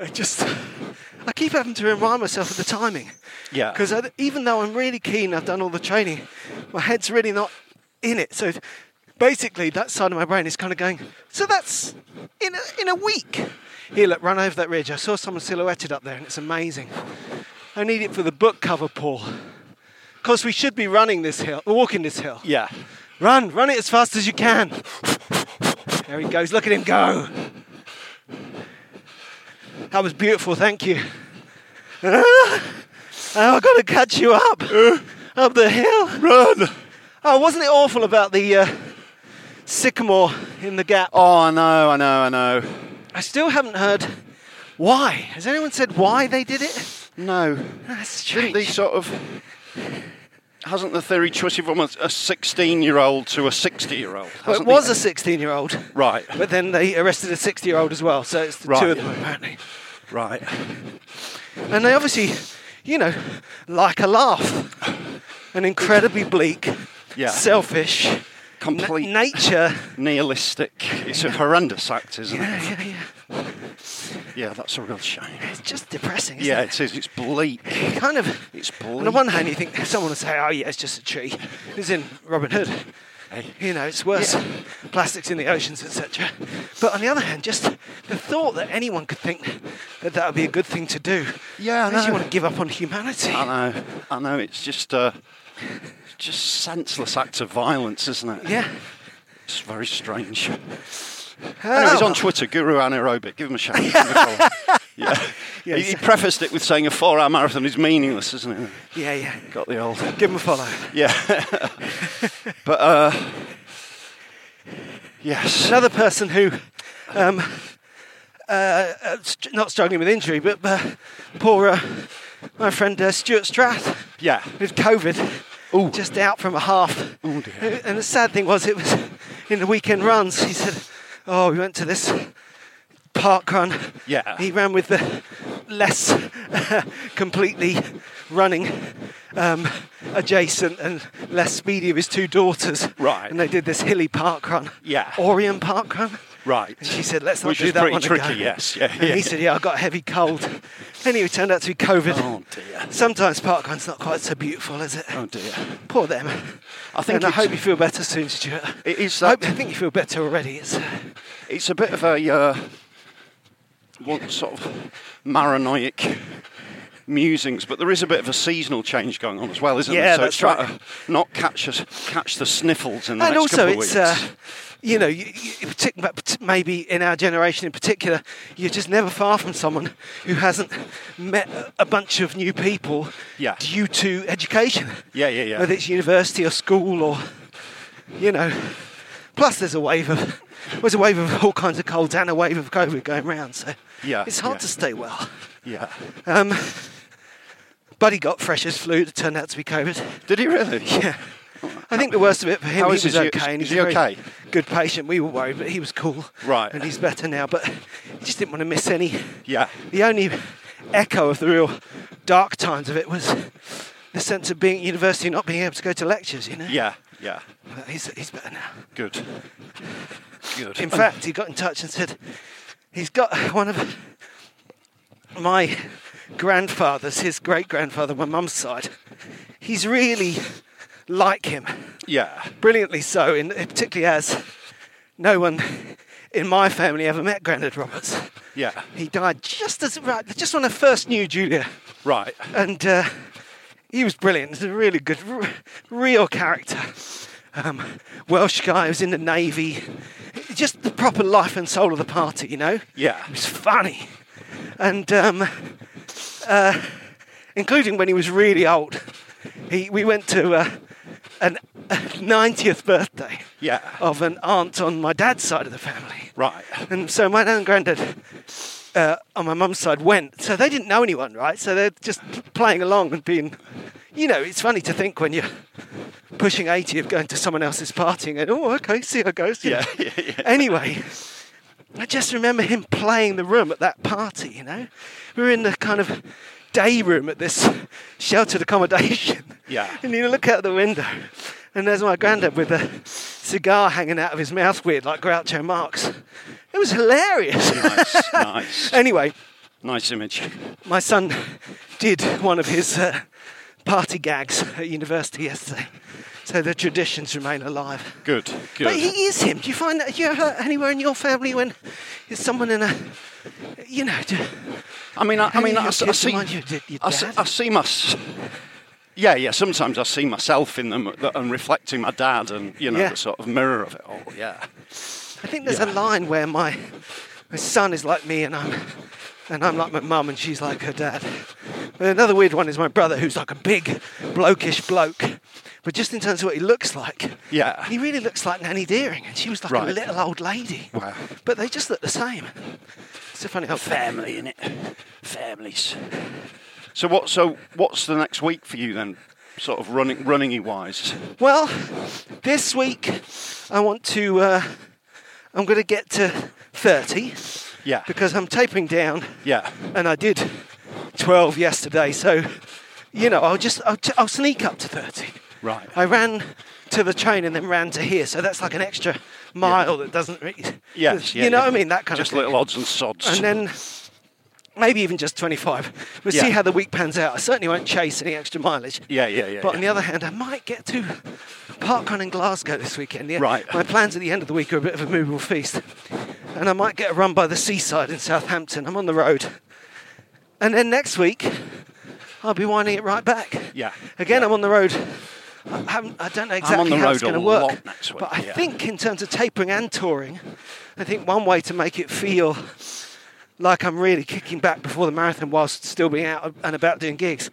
S1: I just, I keep having to remind myself of the timing.
S2: Yeah.
S1: Because even though I'm really keen, I've done all the training, my head's really not in it. So basically, that side of my brain is kind of going, so that's in a, in a week. Here, look, run over that ridge. I saw someone silhouetted up there, and it's amazing. I need it for the book cover, Paul. Because we should be running this hill, walking this hill.
S2: Yeah.
S1: Run, run it as fast as you can. There he goes. Look at him go. That was beautiful. Thank you. Ah, oh, I got to catch you up up the hill.
S2: Run!
S1: Oh, wasn't it awful about the uh, sycamore in the gap?
S2: Oh, I know, I know, I know.
S1: I still haven't heard why. Has anyone said why they did it?
S2: No.
S1: That's strange.
S2: Didn't they sort of. Hasn't the theory twisted from a 16 year old to a 60 year old?
S1: Well, it was a 16-year-old,
S2: Right,
S1: but then they arrested a 60-year-old as well. So it's the two
S2: Right.
S1: of them apparently.
S2: right.
S1: And they obviously, you know, like a laugh. An incredibly bleak,
S2: Yeah.
S1: selfish, na-
S2: Complete
S1: nature.
S2: nihilistic. It's a horrendous act, isn't
S1: Yeah,
S2: it?
S1: yeah, yeah.
S2: Yeah, that's a real shame.
S1: It's just depressing. Isn't
S2: Yeah,
S1: it?
S2: it is. It's bleak.
S1: kind of.
S2: It's
S1: On the one hand, you think someone will say, "Oh yeah, it's just a tree." It's in Robin Hood. You know, it's worse. Plastics in the oceans, etc. But on the other hand, just the thought that anyone could think that that would be a good thing to do.
S2: Yeah, I
S1: makes you
S2: know. Uh.
S1: want to give up on humanity.
S2: I know. I know. It's just a just senseless act of violence, isn't it?
S1: Yeah.
S2: It's very strange. Anyway, he's on
S1: Oh.
S2: Twitter, Guru Anaerobic. Give him a shout. Give him a follow. yeah. He, he prefaced it with saying a four-hour marathon is meaningless, isn't it?
S1: Yeah, yeah.
S2: Got the old.
S1: Give him a follow.
S2: Yeah. but uh, yes.
S1: Another person who, um, uh, uh, st- not struggling with injury, but uh, poor uh, my friend uh, Stuart Strath
S2: Yeah.
S1: with COVID, just out from a half. Uh, And the sad thing was, it was in the weekend runs. He said, "Oh, we went to this park run.
S2: Yeah.
S1: he ran with the less completely running." Um, adjacent and less speedy of his two daughters.
S2: Right.
S1: And they did this hilly park run.
S2: Yeah.
S1: Orion Park Run.
S2: Right.
S1: And she said, let's not
S2: Which
S1: do
S2: is
S1: that
S2: pretty
S1: one
S2: tricky,
S1: again.
S2: yes. Yeah,
S1: and
S2: yeah,
S1: he
S2: yeah.
S1: said, yeah, I got a heavy cold. Anyway, it turned out to be COVID.
S2: Oh, dear.
S1: Sometimes park run's not quite so beautiful, is it?
S2: Oh dear.
S1: Poor them.
S2: I think
S1: and I
S2: it's-
S1: hope you feel better soon, Stuart.
S2: It is
S1: I, hope,
S2: that-
S1: I think you feel better already. It's, uh,
S2: It's a bit of a uh, what sort of maranoic musings, but there is a bit of a seasonal change going on as well, isn't
S1: Yeah,
S2: there? So
S1: that's
S2: it's trying
S1: right.
S2: to not catch us, catch the sniffles in the
S1: and
S2: next
S1: also,
S2: couple of
S1: it's,
S2: weeks.
S1: uh, you know, you, you, partic- but pat- maybe in our generation in particular, you're just never far from someone who hasn't met a- a bunch of new people
S2: Yeah.
S1: due to education.
S2: Yeah, yeah, yeah.
S1: Whether it's university or school or, you know. Plus, there's a wave of there's a wave of all kinds of colds and a wave of COVID going round. So
S2: Yeah,
S1: it's hard
S2: yeah.
S1: to stay well.
S2: yeah.
S1: Um, Buddy got freshers flu. It turned out to be COVID.
S2: Did he really?
S1: Yeah. I think the worst of it for him,
S2: How
S1: he
S2: is-
S1: was
S2: is he-
S1: okay. and
S2: is
S1: he's
S2: he
S1: a very
S2: okay?
S1: Good patient. We were worried, but he was cool.
S2: Right.
S1: And he's better now, but he just didn't want to miss any.
S2: Yeah.
S1: The only echo of the real dark times of it was the sense of being at university and not being able to go to lectures, you know?
S2: Yeah, yeah.
S1: But he's, he's better now.
S2: Good. Good.
S1: In fact, he got in touch and said he's got one of my grandfathers, his great grandfather, my mum's side. He's really like him.
S2: yeah.
S1: brilliantly so, in, particularly as no one in my family ever met Grandad Roberts.
S2: Yeah.
S1: He died just as right, just when I first knew Julia,
S2: Right.
S1: and uh, he was brilliant. He's a really good, r- real character. Um, Welsh guy who was in the navy, just the proper life and soul of the party, you know.
S2: Yeah.
S1: It was funny, and um, uh, including when he was really old. He, we went to uh, an a 90th birthday
S2: Yeah.
S1: of an aunt on my dad's side of the family.
S2: Right.
S1: And so my nan and granddad uh, on my mum's side went, so they didn't know anyone, right? So they're just playing along and being, you know, it's funny to think when you're pushing 80 of going to someone else's party and going, oh, okay, see how it goes. you
S2: Yeah,
S1: know.
S2: yeah, yeah.
S1: Anyway, I just remember him playing the room at that party, you know? We were in the kind of day room at this sheltered accommodation.
S2: Yeah.
S1: And you look out the window, and there's my granddad with a cigar hanging out of his mouth, weird, like Groucho Marx. It was hilarious.
S2: nice, nice,
S1: anyway,
S2: nice image.
S1: my son did one of his uh, party gags at university yesterday. So the traditions remain alive.
S2: Good, good.
S1: But he is him. Do you find that you ever anywhere in your family when there's someone in a, you know, do,
S2: I mean, I, I
S1: Any
S2: mean,
S1: of
S2: I,
S1: your
S2: s- I
S1: kids
S2: see.
S1: remind you of your- your
S2: I, see
S1: dad?
S2: I see my. s- Yeah, yeah. Sometimes I see myself in them th- and reflecting my dad, and you know,
S1: Yeah.
S2: the sort of mirror of it all. Yeah,
S1: I think there's a line where my my son is like me and I'm and I'm like my mum and she's like her dad. But another weird one is my brother who's like a big blokish bloke. But just in terms of what he looks like,
S2: Yeah.
S1: he really looks like Nanny Deering, and she was like a
S2: Right.
S1: little old lady.
S2: Wow.
S1: But they just look the same. It's a funny old
S2: family in it, families. So what? So what's the next week for you then? Sort of running, running wise.
S1: Well, this week I want to. Uh, I'm going to get to 30
S2: Yeah,
S1: because I'm tapering down,
S2: yeah,
S1: and I did 12 yesterday. So, you know, I'll just I'll, t- I'll sneak up to 30.
S2: right.
S1: I ran to the train and then ran to here, so that's like an extra mile that doesn't. Re-
S2: yes, yeah,
S1: you know
S2: yeah.
S1: what I mean. That kind
S2: just
S1: of thing.
S2: little odds and sods.
S1: and then maybe even just 25. We'll see
S2: Yeah.
S1: how the week pans out. I certainly won't chase any extra mileage.
S2: yeah, yeah, yeah.
S1: But
S2: yeah.
S1: on the other hand, I might get to Parkrun in Glasgow this weekend. Yeah?
S2: Right.
S1: My plans at the end of the week are a bit of a movable feast. And I might get a run by the seaside in Southampton. I'm on the road. And then next week, I'll be winding it right back.
S2: Yeah,
S1: Again,
S2: yeah.
S1: I'm on the road. I, haven't, I don't know exactly
S2: the
S1: how it's
S2: road
S1: going
S2: a
S1: to work.
S2: lot next week,
S1: but I
S2: yeah.
S1: think, in terms of tapering and touring, I think one way to make it feel like I'm really kicking back before the marathon whilst still being out and about doing gigs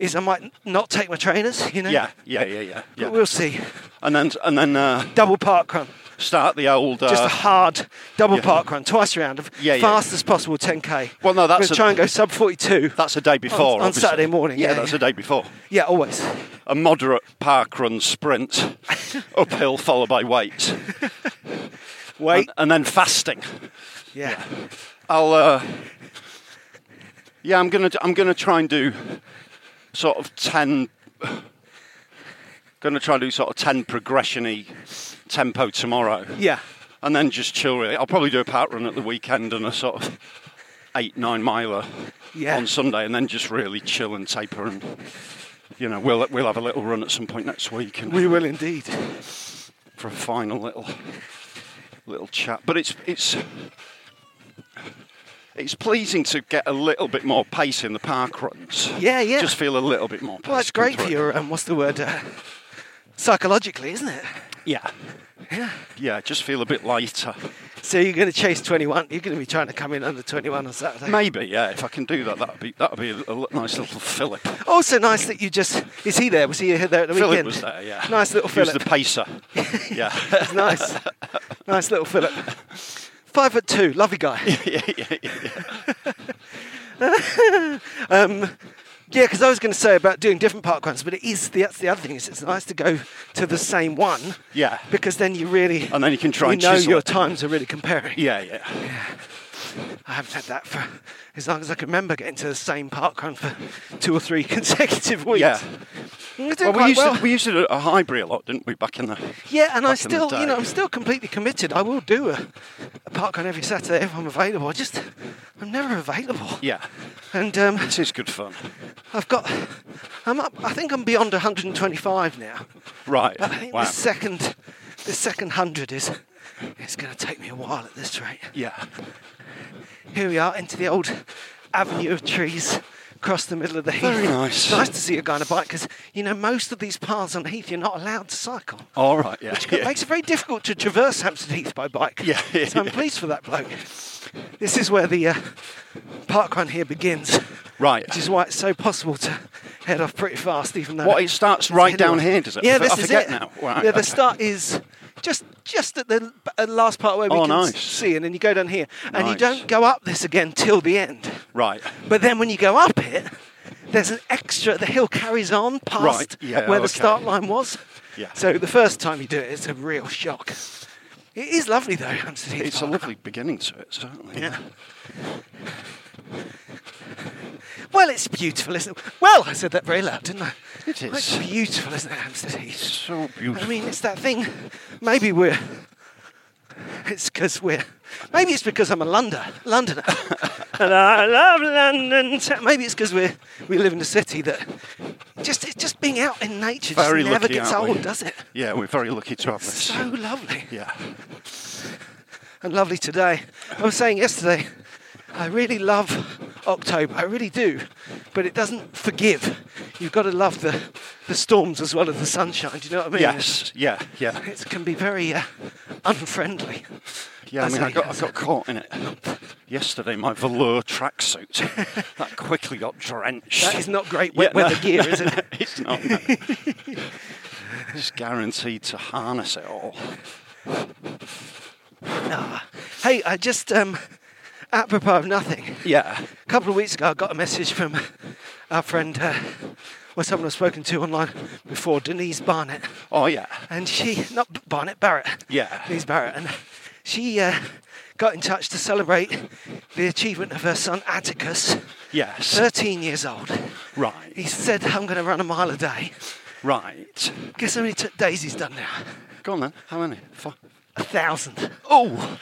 S1: is I might n- not take my trainers, you know?
S2: yeah, yeah, yeah, yeah.
S1: But
S2: yeah.
S1: we'll see.
S2: and then and then uh,
S1: Double park run.
S2: start the old. Uh,
S1: Just a hard double
S2: yeah.
S1: park run, twice around, of
S2: Yeah, yeah.
S1: fast as possible 10k.
S2: Well, no, that's
S1: We'll
S2: a-
S1: try and go sub 42.
S2: that's a day before.
S1: on
S2: obviously.
S1: Saturday morning, yeah,
S2: that's
S1: yeah.
S2: a day before.
S1: yeah, always.
S2: a moderate park run sprint uphill followed by weights
S1: Wait.
S2: and, and then fasting
S1: yeah.
S2: i'll uh, yeah i'm gonna i'm gonna try and do sort of 10 gonna try and do sort of 10 progressiony tempo tomorrow
S1: Yeah.
S2: and then just chill really i'll probably do a park run at the weekend and a sort of eight nine miler
S1: Yeah.
S2: on sunday and then just really chill and taper and you know we'll we'll have a little run at some point next week and
S1: We will indeed.
S2: for a final little little chat. But it's it's it's pleasing to get a little bit more pace in the park runs.
S1: Yeah, yeah.
S2: Just feel a little bit more. Pace
S1: Well, that's
S2: come
S1: great for
S2: through.
S1: your, um, what's the word, uh, psychologically, isn't it?
S2: Yeah.
S1: Yeah.
S2: Yeah, just feel a bit lighter.
S1: So you're going to chase 21. You're going to be trying to come in under 21 on Saturday.
S2: Maybe, yeah. If I can do that, that'd be that'd be a, l- nice little fillip.
S1: Also nice that you just, is he there? Was he there at the
S2: Philip
S1: weekend?
S2: was there, yeah.
S1: Nice little
S2: He was
S1: Philip.
S2: the pacer. yeah.
S1: It's nice. nice little Philip. Five foot two, lovely guy. yeah, yeah, yeah. um, yeah, because I was going to say about doing different park runs, but it is the, that's the other thing is it's nice to go to the same one.
S2: Yeah.
S1: Because then you really
S2: And then you can try and
S1: know
S2: chisel
S1: your
S2: it.
S1: times are really comparing.
S2: Yeah, yeah.
S1: I haven't had that for as long as I can remember getting to the same park run for two or three consecutive weeks.
S2: Yeah.
S1: I'm doing
S2: Well, we
S1: quite
S2: used,
S1: well.
S2: to, we used to do it at Highbury a lot, didn't we, back in the
S1: Yeah, and I
S2: back in the
S1: still, you know,
S2: day.
S1: I'm still completely committed. I will do a, a park run every Saturday if I'm available. I just, I'm never available.
S2: Yeah.
S1: And um,
S2: This is good fun.
S1: I've got, I'm up. I think I'm beyond 125 now.
S2: Right.
S1: But I think
S2: wow.
S1: the second, the second hundred is, it's going to take me a while at this rate.
S2: Yeah.
S1: Here we are into the old avenue of trees. Across the middle of the heath.
S2: Very nice.
S1: Nice to see a guy on a bike because you know most of these paths on the heath you're not allowed to cycle.
S2: All right. Yeah.
S1: Which
S2: yeah.
S1: makes it very difficult to traverse Hampstead Heath by bike.
S2: Yeah, yeah,
S1: so I'm
S2: yeah.
S1: pleased for that bloke. This is where the uh, park run here begins,
S2: Right.
S1: which is why it's so possible to head off pretty fast, even though.
S2: What, it starts
S1: it's
S2: right down
S1: hilly.
S2: here, does it? I
S1: Yeah,
S2: f-
S1: this
S2: I
S1: is
S2: forget
S1: it.
S2: now. Right,
S1: yeah, the
S2: okay.
S1: start is just just at the uh, last part where we
S2: Oh,
S1: can s-
S2: nice.
S1: see, and then you go down here, and you
S2: Nice.
S1: don't go up this again till the end.
S2: Right.
S1: But then when you go up it, there's an extra. The hill carries on past
S2: Right, yeah,
S1: where the
S2: okay.
S1: start line was.
S2: Yeah.
S1: So the first time you do it, it's a real shock. It is lovely though, Hampstead.
S2: It's a lovely beginning to it, certainly.
S1: Yeah. Well, it's beautiful, isn't it? Well, I said that very loud, didn't I?
S2: It
S1: Well,
S2: is.
S1: It's beautiful, isn't it, Hampstead Heath?
S2: So beautiful.
S1: I mean, it's that thing. Maybe we're. It's because we're. Maybe it's because I'm a Londoner. Londoner. and I love London. ta- Maybe it's because we're we live in a city that just it's just being out in nature just
S2: very
S1: never
S2: lucky,
S1: gets
S2: aren't
S1: old,
S2: we?
S1: does it?
S2: Yeah, we're very lucky to have this.
S1: So lovely
S2: yeah.
S1: and lovely today. I was saying yesterday, I really love October. I really do, but it doesn't forgive. You've got to love the the storms as well as the sunshine. Do you know what I mean?
S2: Yes. Yeah. Yeah.
S1: It can be very uh, unfriendly.
S2: Yeah, I
S1: That's
S2: mean,
S1: how
S2: I
S1: you
S2: got, I
S1: guess
S2: got caught in it yesterday. My velour tracksuit that quickly got drenched.
S1: That is not great wet
S2: Yeah, no.
S1: weather gear, is it?
S2: it's not. no. it's guaranteed to harness it all.
S1: Hey, I just um, apropos of nothing.
S2: Yeah.
S1: A couple of weeks ago, I got a message from our friend, uh, well, someone I've spoken to online before, Denise Barnett.
S2: Oh yeah.
S1: and she not Barnett Barrett.
S2: Yeah.
S1: Liz Barrett, and she uh, got in touch to celebrate the achievement of her son Atticus,
S2: Yes.
S1: 13 years old. He
S2: Right.
S1: said, "I'm going to run a mile a day."
S2: Right.
S1: Guess how many t- days he's done now?
S2: Go on then. How many? Four.
S1: A thousand.
S2: Oh,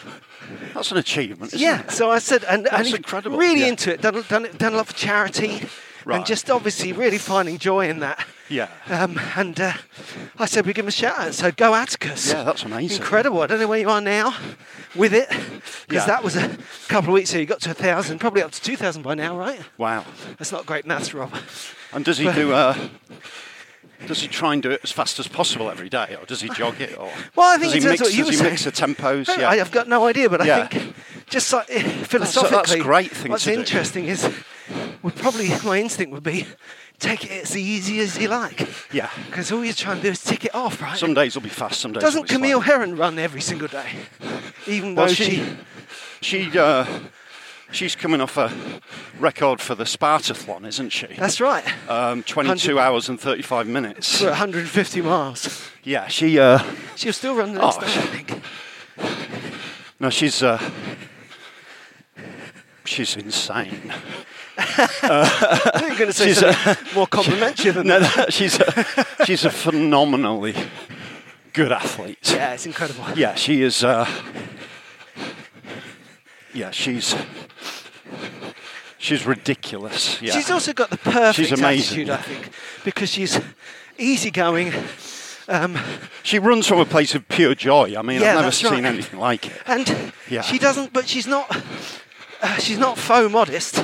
S2: that's an achievement. Isn't
S1: Yeah.
S2: It?
S1: So I said, and, and
S2: That's
S1: he's
S2: incredible,
S1: Really
S2: yeah.
S1: into it. Done, done, done a lot for charity, and
S2: Right.
S1: just obviously really finding joy in that.
S2: Yeah.
S1: Um, and uh, I said, we give him a shout out. So go Atticus.
S2: Yeah, that's amazing.
S1: Incredible. I don't know where you are now with it. Because
S2: Yeah.
S1: that was a couple of weeks ago. You got to a 1,000, probably up to 2,000 by now, right?
S2: Wow.
S1: That's not great maths, Rob.
S2: And does he do? Uh, does he try and do it as fast as possible every day, or does he jog it? Or
S1: Well, I think
S2: does
S1: in
S2: he
S1: terms
S2: mix,
S1: of what you
S2: does
S1: were
S2: he mix the
S1: saying-
S2: tempos?
S1: I-
S2: Yeah.
S1: I've got no idea, but I
S2: Yeah.
S1: think just like, eh, philosophically,
S2: great thing
S1: what's
S2: to do.
S1: interesting is would probably my instinct would be take it as easy as you like.
S2: Yeah.
S1: Because all you're trying to do is tick it off, right?
S2: Some days will be fast. Some days
S1: Doesn't
S2: will be slow.
S1: Camille Heron run every single day? Even though
S2: Well,
S1: she
S2: she, she, uh, she's coming off a record for the Spartathlon, isn't she?
S1: That's right.
S2: um, 22 hours and 35 minutes.
S1: For 150 miles.
S2: Yeah, she. Uh,
S1: She'll still run the next
S2: Oh,
S1: day, I think.
S2: no, she's. Uh, she's insane.
S1: I think you're going to say
S2: she's
S1: something more complimentary than
S2: No,
S1: that.
S2: no, she's a, she's a phenomenally good athlete.
S1: Yeah, it's incredible.
S2: Yeah, she is. Uh, yeah, she's she's ridiculous. Yeah.
S1: She's also got the perfect
S2: She's amazing.
S1: attitude, I think, because she's easygoing. Um,
S2: She runs from a place of pure joy. I mean,
S1: Yeah,
S2: I've never
S1: that's
S2: seen
S1: right.
S2: anything like it.
S1: and
S2: Yeah.
S1: she doesn't, but she's not, uh, she's not faux modest,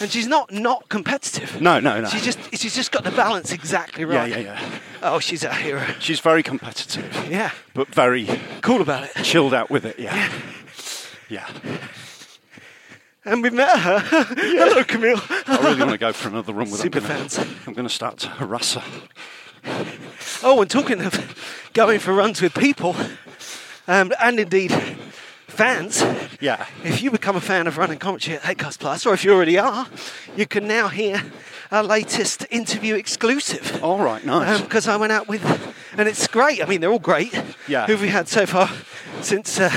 S1: and she's not not competitive.
S2: No, no, no.
S1: She just, she's just got the balance exactly
S2: yeah,
S1: right.
S2: yeah, yeah.
S1: Oh, she's a hero.
S2: She's very competitive,
S1: Yeah,
S2: but very
S1: cool about it.
S2: chilled out with it. Yeah, yeah.
S1: And we met her. Hello, Camille.
S2: I really want to go for another run with
S1: Super
S2: her. I'm gonna-
S1: fans.
S2: I'm going to start to harass her.
S1: Oh, and talking of going for runs with people, um, and indeed fans.
S2: Yeah.
S1: If you become a fan of running commentary at Headcast Plus, or if you already are, you can now hear our latest interview exclusive.
S2: All right, Oh, nice.
S1: Because I went out with, and it's great. I mean, they're all great.
S2: Yeah.
S1: Who've we had so far since uh,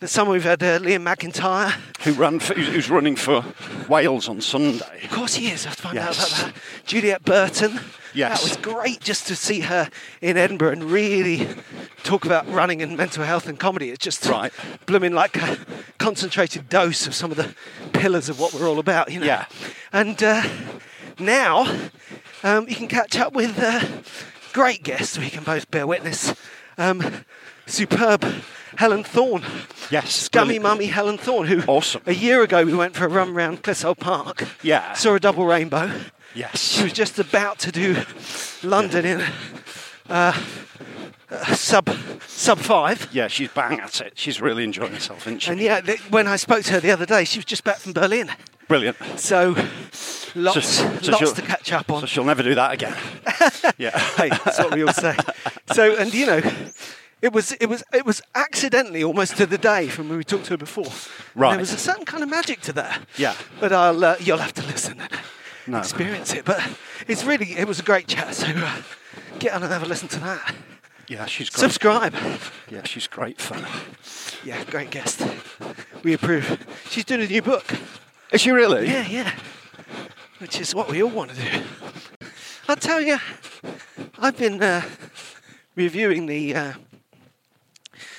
S1: the summer? We've had uh, Liam McIntyre.
S2: who ran? For, who's, who's running for Wales on Sunday?
S1: Of course he is. I found out
S2: Yes.
S1: about that. Juliet Burton.
S2: Yes.
S1: That was great just to see her in Edinburgh and really talk about running and mental health and comedy. It's just
S2: Right.
S1: blooming like a concentrated dose of some of the pillars of what we're all about, you know.
S2: Yeah.
S1: And uh, now um, you can catch up with uh, great guests. We can both bear witness. Um, superb Helen Thorne.
S2: Yes,
S1: Scummy
S2: brilliant.
S1: mummy Helen Thorne, who
S2: Awesome.
S1: a year ago we went for a run round Clissold Park.
S2: Yeah.
S1: Saw a double rainbow. She
S2: Yes.
S1: was just about to do London in uh, uh, sub sub five.
S2: Yeah, she's bang at it. She's really enjoying herself, isn't she?
S1: And yeah, th- when I spoke to her the other day, she was just back from Berlin.
S2: Brilliant.
S1: So lots,
S2: she'll-
S1: lots to catch up on.
S2: So she'll never do that again. yeah.
S1: hey, that's what we all say. So, and you know, It was it was it was accidentally almost to the day from when we talked to her before. And
S2: Right.
S1: there was a certain kind of magic to that.
S2: Yeah.
S1: But I'll uh, you'll have to listen and
S2: No.
S1: experience it. But it's really it was a great chat. So uh, get on and have a listen to that.
S2: Yeah, she's great.
S1: Subscribe.
S2: Yeah, she's great fun.
S1: Yeah, great guest. We approve. She's doing a new book.
S2: Is she really?
S1: Yeah, yeah. Which is what we all want to do. I tell you, I've been uh, reviewing the uh,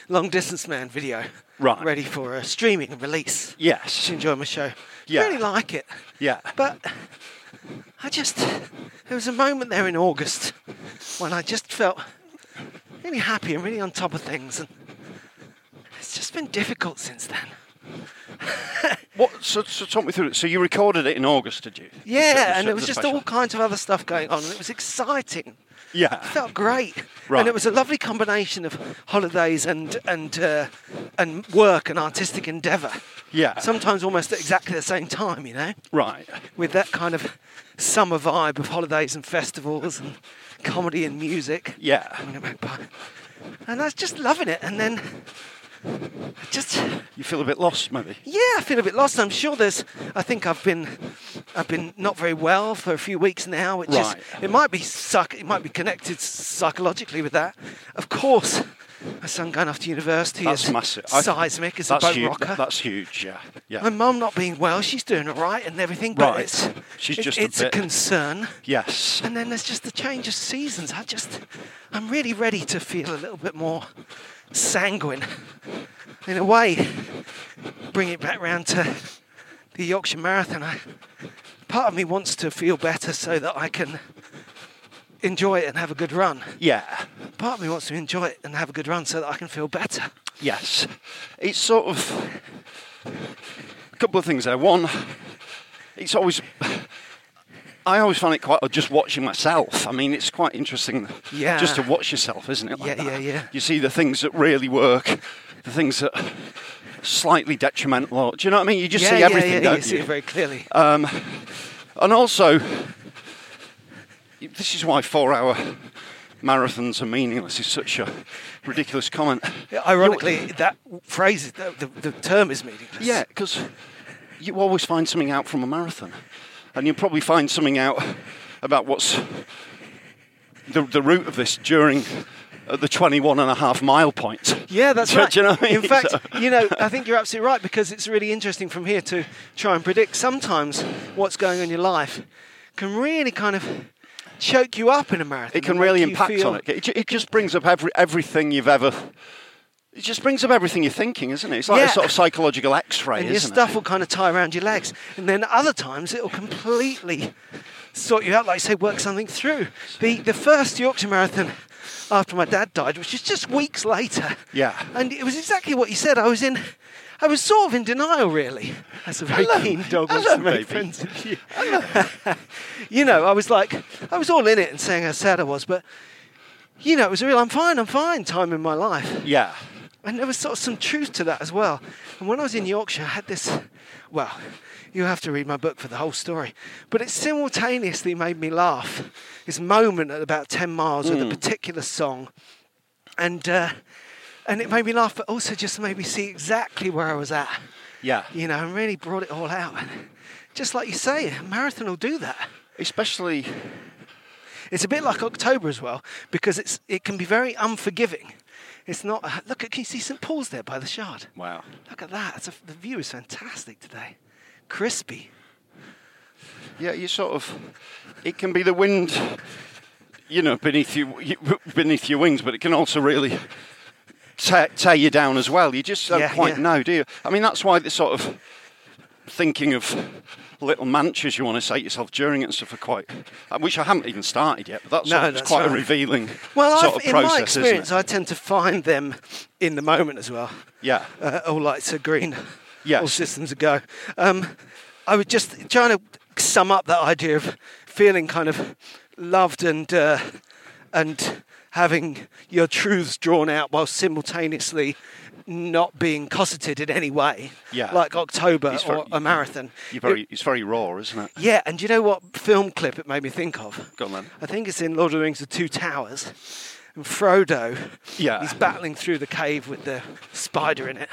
S1: Long Distance Man video.
S2: Right.
S1: Ready for a streaming and release.
S2: Yes.
S1: Just enjoying my show.
S2: Yeah.
S1: Really like it.
S2: Yeah.
S1: But I just, there was a moment there in August when I just felt really happy and really on top of things. And it's just been difficult since then.
S2: What? So, so talk me through it. So you recorded it in August, did you? The- the-
S1: Yeah, and
S2: the
S1: it was just
S2: special.
S1: all kinds of other stuff going on, and it was exciting.
S2: Yeah.
S1: It felt great,
S2: Right.
S1: and it was a lovely combination of holidays and and uh, and work and artistic endeavour.
S2: Yeah.
S1: sometimes almost at exactly the same time, you know,
S2: Right.
S1: with that kind of summer vibe of holidays and festivals and comedy and music.
S2: Yeah.
S1: Having a magpie. and I was just loving it, and then I just
S2: You feel a bit lost, maybe.
S1: yeah, I feel a bit lost. I'm sure there's. I think I've been, I've been not very well for a few weeks now, which
S2: Right.
S1: is. It might be psych, It might be connected psychologically with that. Of course, my son going off to university
S2: That's
S1: is
S2: massive. I-
S1: seismic as a
S2: that's
S1: boat
S2: huge.
S1: rocker.
S2: That's huge. Yeah. Yeah.
S1: my mum not being well, she's doing all right and everything, but
S2: Right.
S1: it's
S2: She's
S1: it-
S2: just a
S1: it's a,
S2: bit-
S1: concern.
S2: yes.
S1: And then there's just the change of seasons. I just, I'm really ready to feel a little bit more sanguine. In a way, bring it back round to the Yorkshire Marathon. I, part of me wants to feel better so that I can enjoy it and have a good run.
S2: Yeah.
S1: Part of me wants to enjoy it and have a good run so that I can feel better.
S2: Yes. It's sort of a couple of things there. One, it's always I always find it quite just watching myself. I mean, it's quite interesting
S1: Yeah.
S2: just to watch yourself, isn't it? like
S1: Yeah,
S2: that?
S1: yeah, yeah.
S2: You see the things that really work, the things that are slightly detrimental. or- Do you know what I mean? You just
S1: yeah,
S2: see
S1: yeah,
S2: everything,
S1: yeah,
S2: don't
S1: you see it very clearly.
S2: um, and also, this is why four-hour marathons are meaningless. Is such a ridiculous comment.
S1: Ironically, that phrase, the, the, the term is meaningless.
S2: Yeah, because you always find something out from a marathon, and you'll probably find something out about what's the, the root of this during at the 21 and a half mile point.
S1: Yeah, that's
S2: Do you-
S1: right.
S2: do you know what I mean?
S1: In fact,
S2: So-
S1: you know, I think you're absolutely right because it's really interesting from here to try and predict sometimes what's going on in your life can really kind of choke you up in a marathon.
S2: it can
S1: and make
S2: really
S1: you
S2: impact
S1: feel-
S2: on it. It, ju- it just brings up every, everything you've ever. It just brings up everything you're thinking, isn't it? It's like
S1: Yeah.
S2: a sort of psychological X-ray,
S1: And your
S2: isn't
S1: stuff
S2: it?
S1: will kind of tie around your legs. And then other times it'll completely sort you out, like say, work something through. The, the first Yorkshire Marathon after my dad died, which is just weeks later.
S2: Yeah.
S1: And it was exactly what you said. I was in, I was sort of in denial, really. That's a very keen dog. wants
S2: Hello,
S1: to make
S2: baby.
S1: friends with you. you know, I was like, I was all in it and saying how sad I was, but you know, it was a real, I'm fine, I'm fine time in my life.
S2: Yeah,
S1: And there was sort of some truth to that as well. And when I was in Yorkshire, I had this well, you have to read my book for the whole story. But it simultaneously made me laugh. This moment at about 10 miles with a particular song. And, uh, and it made me laugh, but also just made me see exactly where I was at.
S2: yeah.
S1: You know, and really brought it all out. Just like you say, a marathon will do that.
S2: Especially,
S1: It's a bit like October as well because it's it can be very unforgiving. It's not. Uh, look, at, can you see St Paul's there by the Shard?
S2: wow.
S1: Look at that. It's a, the view is fantastic today. Crispy.
S2: Yeah, you sort of. It can be the wind, you know, beneath you beneath your wings, but it can also really tear, tear you down as well. You just don't
S1: Yeah,
S2: quite
S1: yeah.
S2: know, do you? I mean, that's why the sort of thinking of little mantras you want to say to yourself during it and stuff are quite, uh, which I haven't even started yet. But that's,
S1: No,
S2: sort of- it's
S1: that's
S2: quite a
S1: right.
S2: revealing
S1: Well,
S2: sort
S1: I've,
S2: of
S1: in
S2: process,
S1: my experience,
S2: isn't it?
S1: I tend to find them in the moment as well.
S2: Yeah.
S1: Uh, all lights are green. All
S2: Yes.
S1: systems are go. Um, I was just trying to sum up that idea of feeling kind of loved and uh, and having your truths drawn out while simultaneously not being cosseted in any way.
S2: Yeah.
S1: Like October
S2: It's
S1: or
S2: very-
S1: a marathon.
S2: You're very, it's very raw, isn't it?
S1: Yeah, and do you know what film clip it made me think of?
S2: Go on then.
S1: I think it's in Lord of the Rings: The Two Towers, and Frodo,
S2: Yeah.
S1: he's battling through the cave with the spider in it,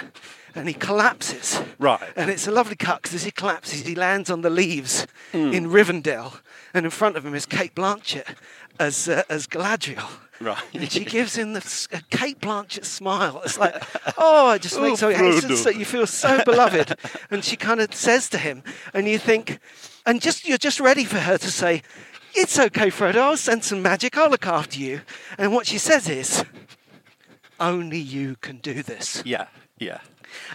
S1: and he collapses.
S2: Right.
S1: And it's a lovely cut because as he collapses, he lands on the leaves
S2: Hmm.
S1: in Rivendell, and in front of him is Kate Blanchett as uh, as Galadriel.
S2: Right.
S1: And she gives him the s- a Kate Blanchett smile. It's like, oh, it just
S2: Oh,
S1: makes so it's just
S2: Frodo.
S1: that you feel so beloved. And she kind of says to him, and you think, and just you're just ready for her to say, it's okay, Frodo. I'll send some magic. I'll look after you. And what she says is, only you can do this.
S2: Yeah, yeah.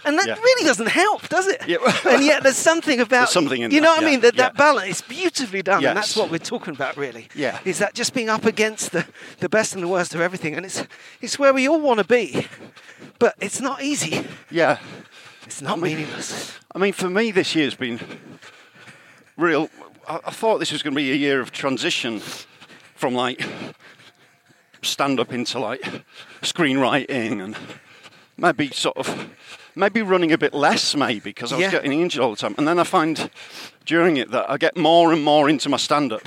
S1: And that
S2: Yeah.
S1: really doesn't help, does it?
S2: Yeah.
S1: and yet there's something about
S2: There's something in
S1: you know
S2: that,
S1: what I
S2: yeah,
S1: mean? That that
S2: yeah.
S1: balance is beautifully done, and that's
S2: Yes.
S1: what we're talking about, really.
S2: Yeah.
S1: is that just being up against the, the best and the worst of everything, and it's it's where we all want to be, but it's not easy.
S2: Yeah.
S1: It's not meaningless.
S2: I mean, for me, this year's been real. I, I thought this was going to be a year of transition from like stand up into like screenwriting and maybe sort of maybe running a bit less, maybe because I was
S1: Yeah.
S2: getting injured all the time. And then I find during it that I get more and more into my stand up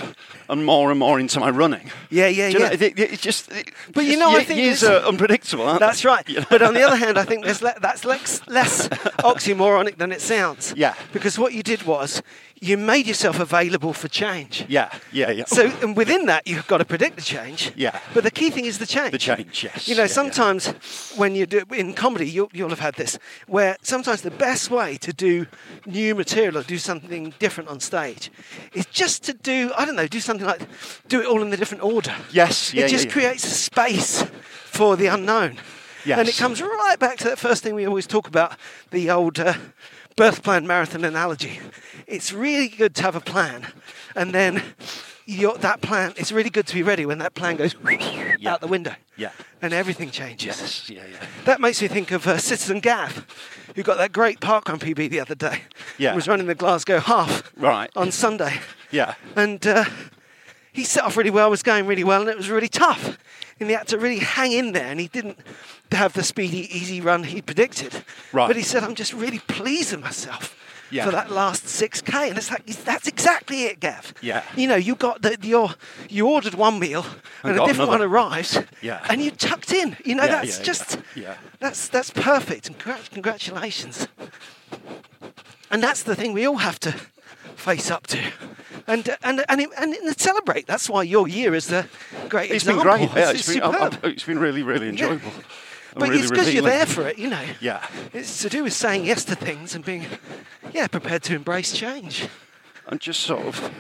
S2: and more and more into my running.
S1: Yeah, yeah,
S2: Do you know,
S1: yeah.
S2: it, it- it's just. it-
S1: But you
S2: just
S1: know, I
S2: ye-
S1: think
S2: years
S1: this-
S2: are unpredictable, aren't
S1: That's
S2: they?
S1: right.
S2: You know?
S1: But on the other hand, I think there's le- that's less, less oxymoronic than it sounds.
S2: Yeah.
S1: Because what you did was you made yourself available for change.
S2: yeah, yeah, yeah.
S1: So and within that, you've got to predict the change.
S2: Yeah.
S1: But the key thing is the change.
S2: The change, yes.
S1: You know,
S2: Yeah, yeah.
S1: sometimes when you do in comedy, you'll, you'll have had this, where sometimes the best way to do new material or do something different on stage is just to do I don't know, do something like do it all in a different order.
S2: Yes, yeah,
S1: it
S2: yeah,
S1: just
S2: yeah.
S1: creates a space for the unknown. And it
S2: Yes.
S1: comes right back to that first thing we always talk about the old uh, birth plan marathon analogy. It's really good to have a plan, and then your, that plan, it's really good to be ready when that plan goes out the window.
S2: Yeah.
S1: And everything changes.
S2: yes, yeah, yeah.
S1: That makes me think of uh, Citizen Gav, who got that great parkrun PB the other day.
S2: Yeah.
S1: He was running the Glasgow half
S2: Right.
S1: on Sunday.
S2: Yeah.
S1: And uh, he set off really well, was going really well, and it was really tough. And he had to really hang in there, and he didn't have the speedy, easy run he predicted.
S2: Right.
S1: But he said, I'm just really pleased with myself.
S2: Yeah.
S1: For that last 6k, and it's like that's exactly it, Gav.
S2: Yeah.
S1: You know, you got the, your you ordered one meal, and, a
S2: got
S1: different
S2: another.
S1: one arrives.
S2: Yeah.
S1: And you tucked in. You know,
S2: Yeah,
S1: that's
S2: yeah,
S1: just
S2: yeah, yeah.
S1: that's that's perfect. And congrat- congratulations. And that's the thing we all have to face up to, and and and and, and celebrate. That's why your year is the great
S2: It's been
S1: example.
S2: great. Yeah,
S1: It's
S2: it's been, I've-
S1: superb.
S2: I've- it's been really, really enjoyable. and
S1: but
S2: really
S1: it's because you're
S2: revealing.
S1: there for it, you know.
S2: Yeah.
S1: It's to do with saying yes to things and being, yeah, prepared to embrace change.
S2: And just sort of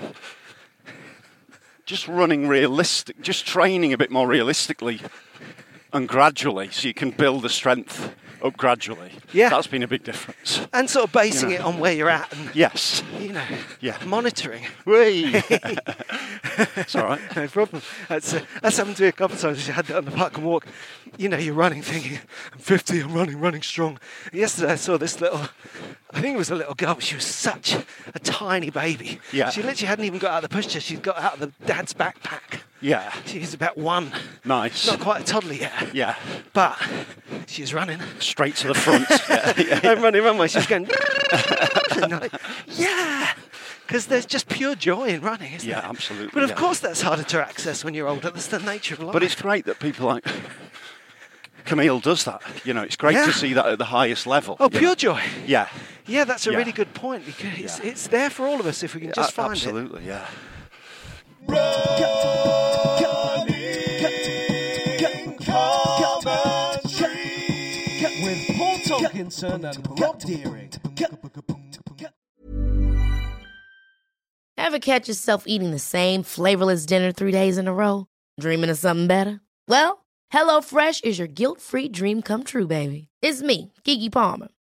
S2: just running realistic, just training a bit more realistically and gradually so you can build the strength up gradually.
S1: Yeah.
S2: That's been a big difference.
S1: And sort of basing
S2: You know.
S1: it on where you're at and,
S2: Yes.
S1: you know,
S2: Yeah.
S1: monitoring.
S2: Whee! it's all right.
S1: No problem. That's, uh, that's happened to me a couple of times. I had that on the park and walk. You know, you're running thinking, I'm 50, I'm running, running strong. Yesterday I saw this little, I think it was a little girl, but she was such a tiny baby.
S2: Yeah.
S1: She literally hadn't even got out of the pushchair. She'd got out of the dad's backpack.
S2: Yeah.
S1: She was about one.
S2: Nice.
S1: Not quite a toddler yet.
S2: Yeah.
S1: But she was running.
S2: Straight to the front. yeah.
S1: I'm running runway. She's going, and I'm like, yeah, because there's just pure joy in running, isn't
S2: Yeah,
S1: there?
S2: absolutely,
S1: But of
S2: yeah.
S1: course, that's harder to access when you're older. That's the nature of life.
S2: But it's great that people like Camille does that. You know, it's great
S1: Yeah.
S2: to see that at the highest level.
S1: oh,
S2: you know.
S1: pure joy.
S2: Yeah.
S1: Yeah, that's a
S2: Yeah.
S1: really good point. Because it's,
S2: Yeah.
S1: it's there for all of us if we can just
S2: A-
S1: find it.
S2: absolutely, yeah.
S5: With Paul Tokinson and Rob Deering.
S3: Ever catch yourself eating the same flavorless dinner three days in a row? Dreaming of something better? Well, HelloFresh is your guilt free dream come true, baby. It's me, Kiki Palmer.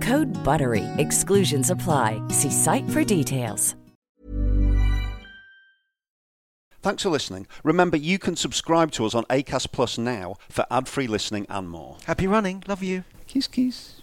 S6: Code BUTTERY. Exclusions apply. See site for details.
S2: Thanks for listening. Remember, you can subscribe to us on ACAS Plus now for ad-free listening and more.
S1: Happy running. Love you.
S2: Kiss, kiss.